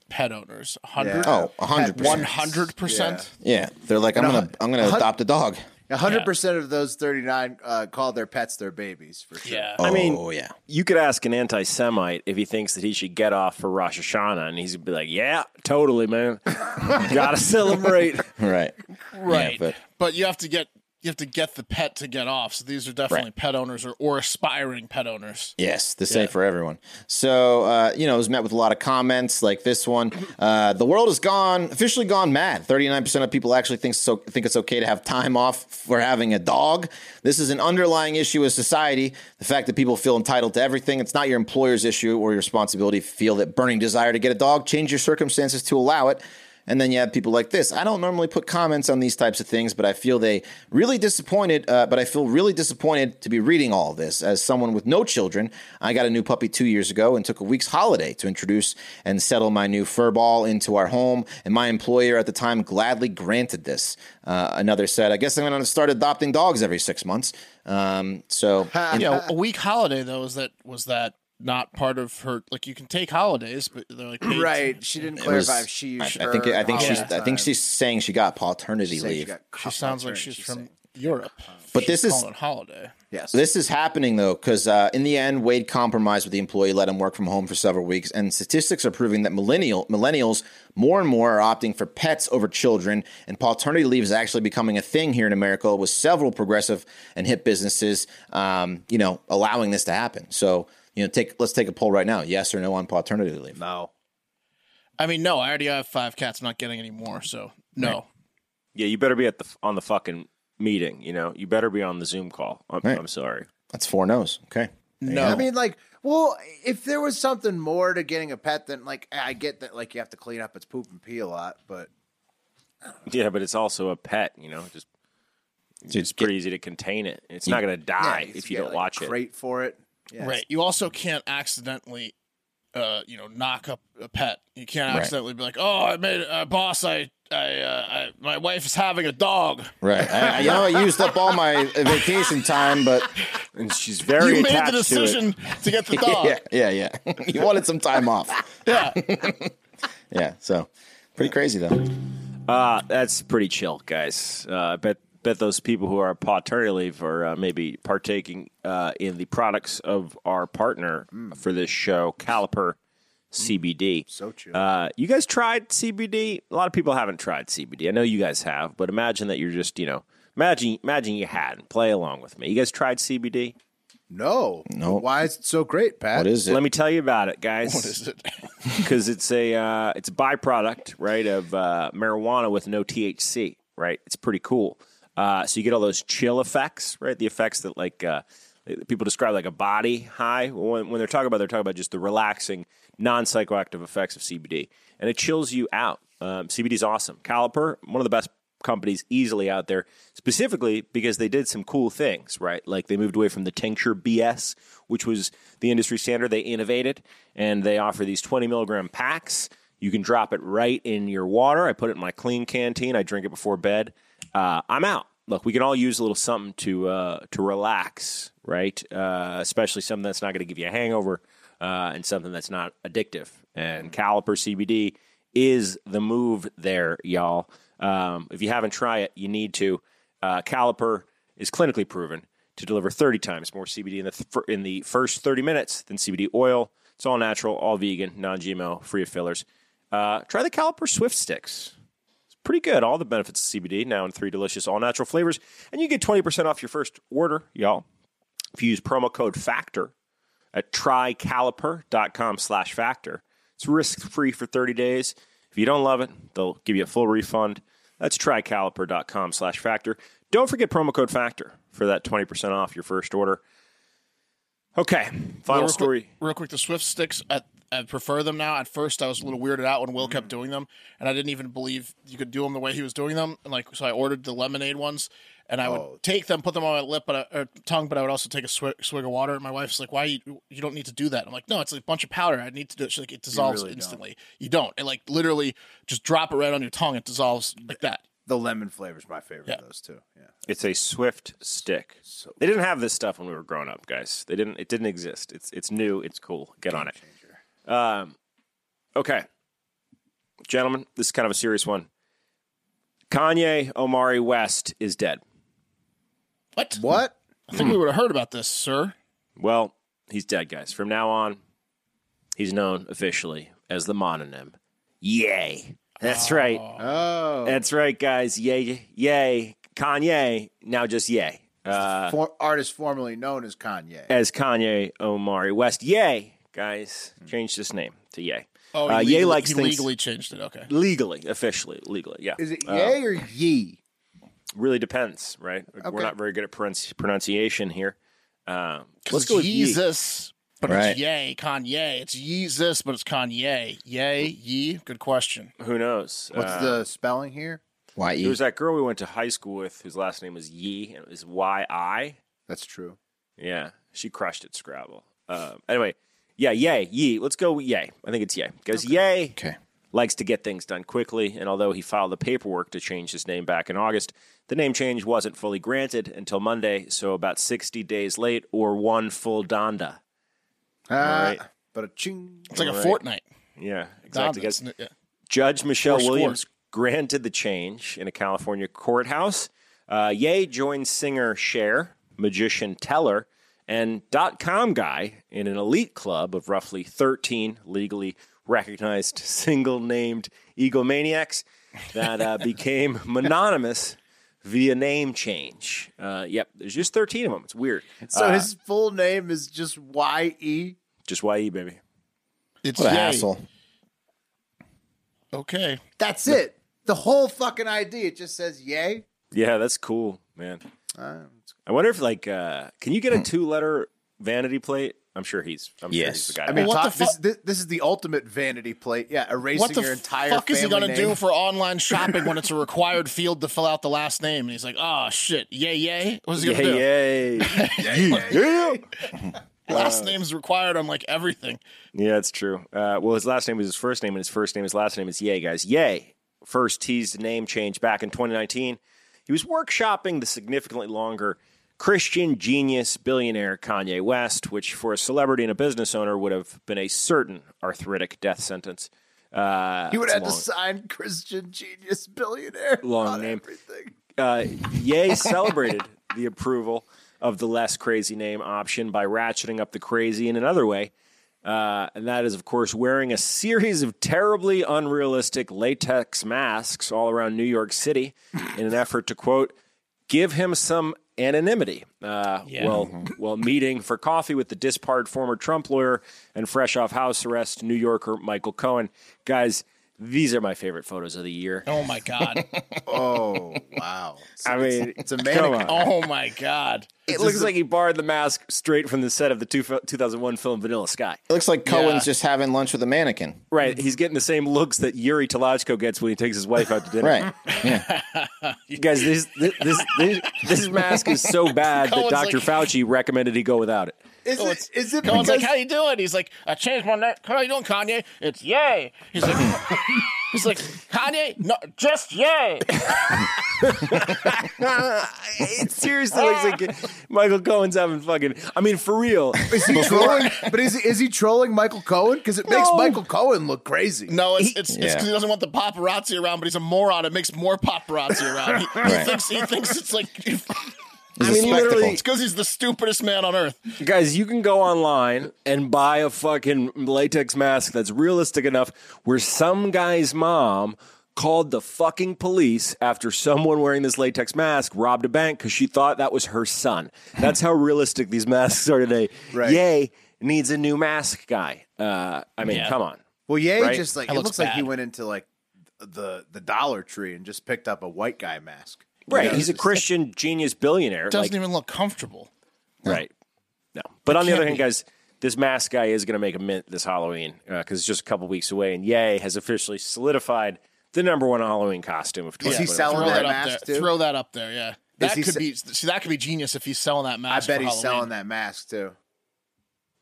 S3: pet owners. Hundred.
S4: oh, 100%.
S3: One hundred percent.
S4: yeah, they're like, I'm gonna, I'm gonna adopt a dog.
S1: hundred percent of those thirty-nine uh, call their pets their babies for sure.
S3: Yeah.
S2: I mean,
S4: oh yeah,
S2: you could ask an anti-Semite if he thinks that he should get off for Rosh Hashanah, and he's gonna be like, "Yeah, totally, man. Gotta celebrate."
S4: right,
S3: Right.
S4: but-
S3: but, you have to get you have to get the pet to get off. So these are definitely
S4: Right.
S3: pet owners or, or aspiring pet owners.
S4: Yes, the same for everyone. So, uh, you know, it was met with a lot of comments like this one. Uh, the world is gone, officially gone mad. 39% of people actually think, so, think it's okay to have time off for having a dog. This is an underlying issue of society. The fact that people feel entitled to everything. It's not your employer's issue or your responsibility to feel that burning desire to get a dog. Change your circumstances to allow it. And then you have people like this. I don't normally put comments on these types of things, but I feel they really disappointed. Uh, but I feel really disappointed to be reading all this as someone with no children. I got a new puppy two years ago and took a week's holiday to introduce and settle my new fur ball into our home. And my employer at the time gladly granted this. Uh, another said, "I guess I'm going to start adopting dogs every six months." Um, so
S3: You know, a week holiday though is that was that not part of her? Like you can take holidays, but they're like paid-
S1: Right. She didn't
S4: was-
S1: clarify if she
S4: I,
S1: used
S4: I think
S1: her
S4: I think she's
S1: holiday
S4: I think
S1: time.
S4: she's saying she got paternity
S1: Saying
S4: leave.
S1: got
S3: She
S1: caught
S3: sounds like
S1: alternate,
S3: she's from
S1: saying.
S3: Europe.
S4: But
S3: She's
S4: this is-
S3: calling it holiday.
S1: Yes.
S4: This is happening though, because uh, in the end, Wade compromised with the employee, let him work from home for several weeks, and statistics are proving that millennial millennials more and more are opting for pets over children, and paternity leave is actually becoming a thing here in America, with several progressive and hip businesses, um, you know, allowing this to happen. So, you know, take let's take a poll right now: yes or no on paternity leave.
S1: no.
S3: I mean, no, I already have five cats. I'm not getting any more, so no.
S2: Yeah, you better be at the on the fucking meeting. You know, you better be on the Zoom call. I'm,
S4: Right.
S2: I'm sorry.
S4: That's four no's. Okay.
S3: No,
S1: I mean, like, well, if there was something more to getting a pet than like, I get that, like, you have to clean up its poop and pee a lot, but
S2: Yeah, but it's also a pet. You know, just it's pretty easy to contain it. It's not going to die if you
S1: get,
S2: don't
S1: like,
S2: watch
S1: a
S2: it.
S1: crate for it, yeah,
S3: right. You also can't accidentally, uh, you know, knock up a pet. You can't accidentally be like, oh, I made uh, boss. I, I, uh, I, my wife is having a dog.
S4: Right. I, I- you know, I used up all my vacation time, but
S2: And she's very
S3: you made
S2: attached
S3: the decision to, get the dog.
S4: yeah, yeah, yeah. you wanted some time off.
S3: yeah.
S4: Yeah. So pretty crazy though.
S2: to it. Uh, that's pretty chill, guys. Uh, I bet bet those people who are on paternity leave are uh, maybe partaking uh, in the products of our partner for this show, Caliper CBD.
S1: Mm. so chill.
S2: Uh, you guys tried CBD? A lot of people haven't tried CBD. I know you guys have, but imagine that you're just, you know, imagine imagine you hadn't. Play along with me. You guys tried CBD?
S1: no,
S4: No.
S1: Why is it so great, Pat?
S4: What is it?
S2: Let me tell you about it, guys. What is it? Because it's a uh, it's a byproduct, right, of uh, marijuana with no THC, right? It's pretty cool. Uh, so you get all those chill effects, right? The effects that like uh, people describe like a body high. When, when they're talking about, it, they're talking about just the relaxing, non psychoactive effects of CBD, and it chills you out. Um, CBD is awesome. Caliper, one of the best companies easily out there, specifically because they did some cool things, right? Like they moved away from the tincture BS, which was the industry standard. They innovated and they offer these 20 milligram packs. You can drop it right in your water. I put it in my clean canteen. I drink it before bed. Uh, I'm out. Look, we can all use a little something to uh, to relax, right? Uh, especially something that's not going to give you a hangover uh, and something that's not addictive. And Caliper CBD is the move there, y'all. Um, if you haven't tried it, you need to. Uh, Caliper is clinically proven to deliver 30 times more CBD in the, th- in the first 30 minutes than CBD oil. It's all natural, all vegan, non GMO, free of fillers. Uh, try the Caliper Swift Sticks pretty good. All the benefits of CBD now in three delicious all natural flavors, and you get 20% off your first order, y'all. If you use promo code FACTOR at trycaliper.com slash factor. It's risk-free for 30 days. If you don't love it, they'll give you a full refund. That's trycaliper.com slash factor. Don't forget promo code FACTOR for that 20% off your first order. Okay, final
S3: real
S2: story.
S3: Quick, real quick, the Swift sticks. I, I prefer them now. At first, I was a little weirded out when Will kept
S2: Mm-hmm.
S3: doing them, and I didn't even believe you could do them the way he was doing them. And like, so I ordered the lemonade ones, and I
S2: Oh.
S3: would take them, put them on my lip, but I, or tongue, but I would also take a swig, swig of water. And my wife's like, "Why you, you don't need to do that?" I'm like, "No, it's a bunch of powder. I need to do it." She's like, "It dissolves instantly. You don't. It like literally just drop it right on your tongue. It dissolves like that."
S1: the lemon flavor is my favorite
S3: Yeah.
S1: of those two. Yeah,
S2: It's a Swift stick. they didn't have this stuff when we were growing up, guys. They didn't. It didn't exist. It's it's new. It's cool. Get on it. Um, okay, gentlemen, this is kind of a serious one. Kanye Omari West is dead.
S3: What?
S1: what?
S3: I think we would have heard about this, sir.
S2: Well, he's dead, guys. From now on, he's known officially as the mononym. Yay! That's right.
S1: Oh,
S2: That's right, guys. Yay! Yay! Kanye. Now just yay.
S1: for, artist formerly known as Kanye.
S2: as Kanye Omari West. Yay, guys, changed his name to Yay.
S3: Oh, he
S2: uh,
S3: legally,
S2: Yay likes
S3: he
S2: things
S3: legally changed it. Okay.
S2: legally, officially, legally. Yeah,
S1: is it Yay or Yee?
S2: really depends, right? We're not very good at pronunci- pronunciation here. Um, let's go with Yee.
S3: Jesus. but
S4: Right.
S3: it's yay, Kanye. It's Yeezus, but it's Kanye. Yay, ye. Good question.
S2: Who knows? Uh,
S1: What's the spelling here?
S4: Why
S2: There was
S4: eat?
S2: that girl we went to high school with whose last name was Yi and it was Y I.
S1: That's true.
S2: Yeah, she crushed at Scrabble. Um, anyway, yeah, yay, yee. Let's go, with yay. I think it's yay because yay
S4: Okay.
S2: likes to get things done quickly. And although he filed the paperwork to change his name back in August, the name change wasn't fully granted until Monday, so about sixty days late or one full donda.
S1: Ah, But a ching.
S3: It's like a fortnight.
S2: Yeah, exactly.
S3: Dobbins.
S2: Because
S3: Yeah.
S2: Judge Michelle
S3: Or sport.
S2: Williams granted the change in a California courthouse. Uh, Ye joined singer Cher, magician Teller, and dot com guy in an elite club of roughly 13 legally recognized single named egomaniacs that uh, became mononymous via name change. Uh, yep, there's just 13 of them. It's weird.
S1: So
S2: Uh,
S1: his full name is just Y E.
S2: just YE, baby.
S3: It's
S4: What a
S3: yay.
S4: hassle.
S3: Okay.
S1: That's it. The whole fucking idea it just says yay.
S2: Yeah, that's cool, man. I wonder if like uh can you get a two letter vanity plate? I'm sure he's I'm sure he's
S4: Yes.
S2: the guy.
S1: I mean,
S3: Well, what
S1: talk-
S3: the
S1: this,
S3: fu-
S1: this, this is the ultimate vanity plate. Yeah, erasing
S3: What the
S1: your entire
S3: fuck is he
S1: family
S3: gonna
S1: name.
S3: do for online shopping when it's a required field to fill out the last name? And he's like, oh shit, yay, yay. What's he
S2: yeah,
S3: gonna do?
S2: yeah.
S3: Last name's required on like everything.
S2: yeah, that's true. Uh well his last name is his first name and his first name his last name is Yay, guys. Yay. First teased name change back in 2019. He was workshopping the significantly longer Christian genius billionaire Kanye West, which for a celebrity and a business owner would have been a certain arthritic death sentence. Uh,
S1: He would
S2: it's
S1: have had to
S2: long.
S1: sign Christian Genius Billionaire.
S2: Long
S1: on
S2: name.
S1: Everything.
S2: uh, Ye celebrated the approval of the less crazy name option by ratcheting up the crazy in another way. Uh, and that is, of course, wearing a series of terribly unrealistic latex masks all around New York City in an effort to, quote, give him some anonymity uh, while,
S1: Mm-hmm.
S2: while meeting for coffee with the disbarred former Trump lawyer and fresh off house arrest New Yorker Michael Cohen. Guys, these are my favorite photos of the year.
S3: Oh my god.
S1: Oh wow!
S2: I mean,
S1: it's a
S2: come
S1: mannequin.
S2: on.
S3: oh my god.
S2: It looks like he borrowed the mask straight from the set of the two, 2001 film Vanilla Sky.
S4: It looks like Cohen's
S3: Yeah.
S4: just having lunch with a mannequin.
S2: Right. He's getting the same looks that Yuri Talachko gets when he takes his wife out to dinner.
S4: Right.
S2: Guys, this, this, this, this, mask is so bad that
S3: Cohen's
S2: Dr.
S3: like-
S2: Fauci recommended he go without it.
S1: Is it? Is it?
S3: Cohen's like,
S1: because-
S3: "How you doing?" He's like, "I changed my name. How you doing, Kanye?" It's yay. He's like, he's like, Kanye, no, just yay.
S2: It seriously looks like Michael Cohen's having fucking. I mean, for real.
S1: Is he trolling? But is he, is he trolling Michael Cohen? Because it makes
S2: No.
S1: Michael Cohen look crazy.
S3: No, it's it's it's
S4: Yeah.
S3: 'cause he doesn't want the paparazzi around, but he's a moron. It makes more paparazzi around. He, he
S4: Right.
S3: thinks he thinks it's like
S4: It's a
S2: mean,
S4: spectacle.
S2: literally-
S3: it's because he's the stupidest man on earth.
S2: Guys, you can go online and buy a fucking latex mask that's realistic enough where some guy's mom called the fucking police after someone wearing this latex mask robbed a bank because she thought that was her son. That's how realistic these masks are today.
S1: Right.
S2: Yay needs a new mask guy. Uh, I mean, come on.
S1: Well, yeah,
S2: Right?
S1: just like
S3: That
S1: it
S3: looks
S1: looks like he
S3: bad.
S1: went into like the the Dollar Tree and just picked up a white guy mask.
S2: Right.
S1: You know,
S2: He's a
S1: just-
S2: Christian genius billionaire.
S3: Doesn't
S2: like-
S3: even look comfortable.
S2: Right. No. But on the
S3: can't
S2: other hand,
S3: be.
S2: guys, this mask guy is going to make a mint this Halloween because it's just a couple weeks away. And Yay has officially solidified the number one Halloween costume of 2020.
S1: he selling
S3: Throw
S1: Throwing
S3: that
S1: that
S3: up there.
S1: mask, too?
S3: Throw that up there. Yeah, that
S1: he
S3: could
S1: se-
S3: be see that could be genius if he's selling that
S1: I
S3: mask.
S1: bet
S3: for
S1: he's
S3: Halloween.
S1: selling that mask too.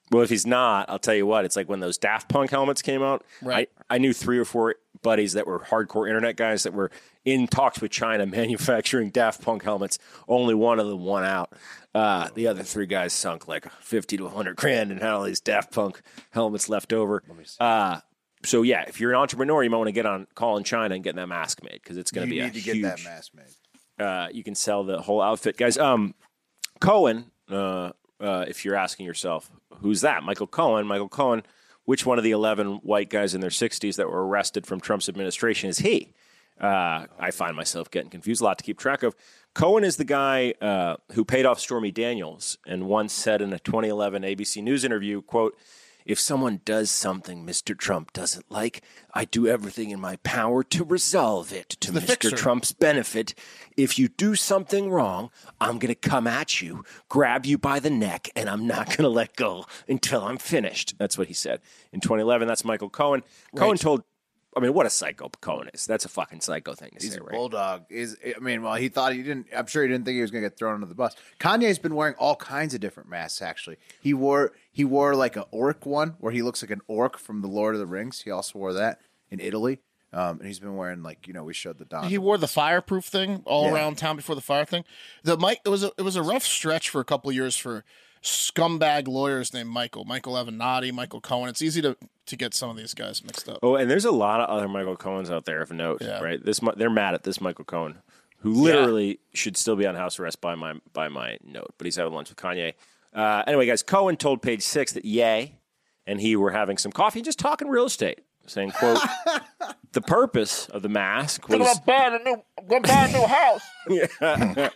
S2: Well, if he's not, I'll tell you what, it's like when those Daft Punk helmets came out.
S3: Right.
S2: I, I knew three or four buddies that were hardcore internet guys that were in talks with China manufacturing Daft Punk helmets. Only one of them won out. Uh, the other three guys sunk like 50 to 100 grand and had all these Daft Punk helmets left over. Uh, so, yeah, if you're an entrepreneur, you might want to get on call in China and get that mask made because it's going
S1: You
S2: be a
S1: need to get
S2: huge
S1: that mask made.
S2: uh, you can sell the whole outfit, guys. Um, Cohen, uh, uh, if you're asking yourself, who's that? Michael Cohen. Michael Cohen. Which one of the eleven white guys in their 60s that were arrested from Trump's administration is he? Uh, I find myself getting confused. A lot to keep track of. Cohen is the guy uh, who paid off Stormy Daniels and once said in a 2011 ABC News interview, "quote If someone does something Mr. Trump doesn't like, I do everything in my power to resolve it to Mr.
S3: fixer.
S2: Trump's benefit. If you do something wrong, I'm going to come at you, grab you by the neck, and I'm not going to let go until I'm finished. That's what he said. In 2011, that's Michael Cohen. Cohen told, I mean, what a psycho Cohen is. That's a fucking psycho thing to say, right?
S1: Bulldog is. I mean, well, he thought he didn't. I'm sure he didn't think he was going to get thrown under the bus. Kanye's been wearing all kinds of different masks. Actually, he wore he wore like an orc one where he looks like an orc from the Lord of the Rings. He also wore that in Italy, um, and he's been wearing like you know we showed the Don.
S3: He wore the fireproof thing all around town before the fire thing. The Mike it was a, it was a rough stretch for a couple years for scumbag lawyers named Michael, Michael Avenatti, Michael Cohen. It's easy to to get some of these guys mixed up.
S2: Oh, and there's a lot of other Michael Cohens out there of note, right? This mi- they're mad at this Michael Cohen, who literally should still be on house arrest by my by my note, but he's having lunch with Kanye. Uh, anyway, guys, Cohen told Page Six that Ye and he were having some coffee, just talking real estate, saying, "quote The purpose of the mask was
S6: buying a new, I'm gonna buy a new house.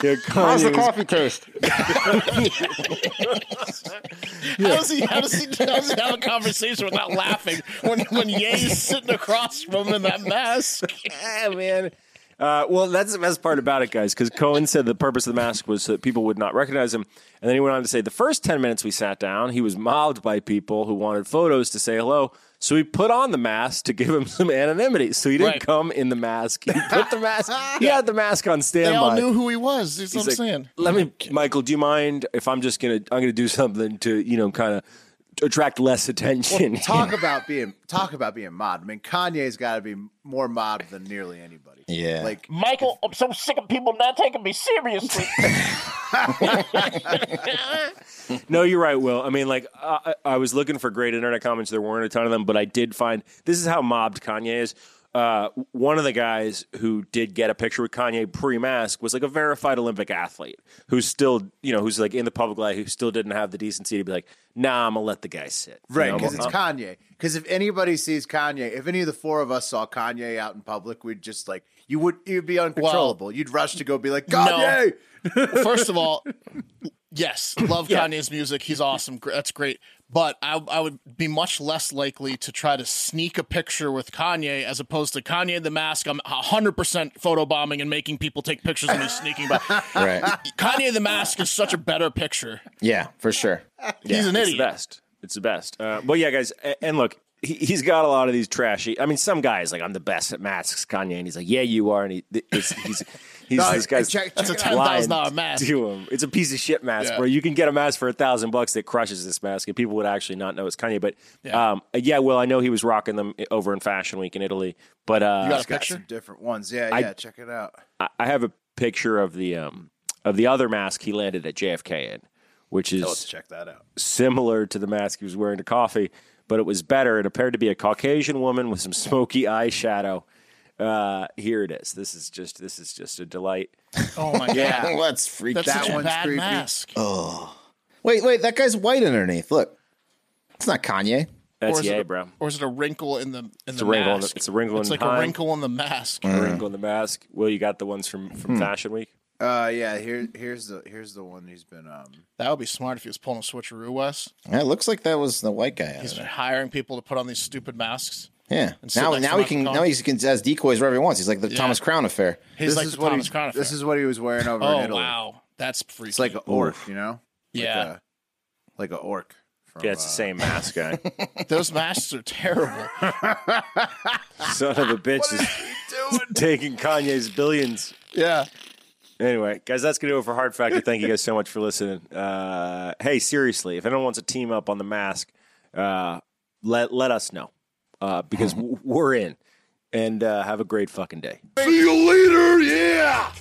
S2: Yeah, Kanye was-
S6: taste?
S3: How does he how does he, how does he have a conversation without laughing when when Ye's sitting across from him in that mask?
S2: Yeah, Ah, man. Uh, well, that's the best part about it, guys, because Cohen said the purpose of the mask was so that people would not recognize him. And then he went on to say the first 10 minutes we sat down, he was mobbed by people who wanted photos to say hello. So he put on the mask to give him some anonymity. So he didn't
S3: Right.
S2: come in the mask. He put the mask. He had the mask on
S3: They
S2: standby.
S3: all knew who he was. That's what I'm
S2: He's like,
S3: saying.
S2: Let me, Michael. Do you mind if I'm just gonna I'm gonna do something to you know kind of attract less attention?
S1: talk about being talk about being mobbed. I mean, Kanye's got to be more mobbed than nearly anybody.
S4: Yeah.
S1: like
S6: Michael, I'm so sick of people not taking me seriously.
S2: No, you're right, Will. I mean, like, I, I I was looking for great internet comments. There weren't a ton of them, but I did find this is how mobbed Kanye is. Uh, one of the guys who did get a picture with Kanye pre-mask was like a verified Olympic athlete who's still, you know, who's like in the public eye, who still didn't have the decency to be like, "Nah, I'm gonna let the guy sit." You
S1: Right,
S2: know,
S1: because it's
S2: I'm-
S1: Kanye. Because if anybody sees Kanye, if any of the four of us saw Kanye out in public, we'd just like you would you'd be uncontrollable. you'd rush to go be like Kanye.
S3: First of all, yes, love Kanye's music. He's awesome. Gr- That's great. But I, I would be much less likely to try to sneak a picture with Kanye as opposed to Kanye in the mask. I'm 100% photobombing and making people take pictures of me sneaking by.
S4: Right.
S3: Kanye in the mask is such a better picture.
S4: yeah, for sure.
S3: He's an
S2: it's
S3: idiot.
S2: the best. It's the best. Uh, but yeah, guys, a- and look, he, he's got a lot of these trashy. I mean, some guys like I'm the best at masks, Kanye, and he's like, yeah, you are, and he, th- it's, he's he's
S1: No,
S2: this guy's
S1: check- That's
S3: a check it out.
S2: lying
S3: $10,000 mask.
S2: To him. It's a piece of shit mask,
S3: Yeah.
S2: bro. You can get a mask for a thousand bucks that crushes this mask, and people would actually not know it's Kanye. But yeah, um, yeah well, I know he was rocking them eh, over in Fashion Week in Italy, but uh,
S3: You got a
S1: Got
S3: picture?
S1: some different ones. Yeah, yeah. check it out.
S2: I- I have a picture of the um, of the other mask he landed at JFK in, which is
S1: Let's check that out.
S2: similar to the mask he was wearing to coffee, but it was better. It appeared to be a Caucasian woman with some smoky eyeshadow. Uh, here it is. This is just this is just a delight.
S3: Oh my God.
S4: Yeah. Let's freak
S3: That's
S4: that
S3: such a
S4: one.
S1: one's
S3: bad
S1: creepy.
S3: mask.
S2: Oh,
S4: Wait, wait, that guy's white underneath. Look. It's not Kanye.
S2: That's
S3: is it
S2: yay,
S3: a-
S2: bro.
S3: Or is it a wrinkle in the in the
S2: a wrinkle in the-
S3: mask?
S2: it's a wrinkle in
S3: It's like
S2: time. Mm.
S3: a wrinkle in the mask.
S1: Hmm.
S2: Wrinkle in the mask. Well, you got the ones from from Fashion Week.
S1: Uh, yeah. Here, here's the here's the one he's been. Um,
S3: That would be smart if he was pulling a switcheroo, Wes.
S4: Yeah, it looks like that was the white guy. out
S3: He's
S4: of it.
S3: hiring people to put on these stupid masks.
S4: Yeah.
S3: sit
S4: Now,
S3: next to
S4: now he
S3: Michael
S4: can
S3: Cohen.
S4: now he can has decoys wherever he wants. He's like the Thomas Crown affair.
S3: He's like
S1: is
S3: the Thomas
S1: he,
S3: Crown affair.
S1: This is what he was wearing over in
S3: oh
S1: Italy.
S3: wow, that's freaky.
S1: It's like an orc, you know.
S3: yeah,
S1: Like a orc. From,
S2: Yeah, it's the
S1: uh,
S2: same mask guy.
S3: those masks are terrible.
S2: Son of a bitch is taking Kanye's billions.
S3: yeah,
S2: Anyway, guys, that's gonna do it for Hard Factor. Thank you guys so much for listening. Uh, hey, seriously, if anyone wants to team up on the mask, uh, let let us know uh, because w- we're in. And uh, have a great fucking day.
S5: See you later, yeah!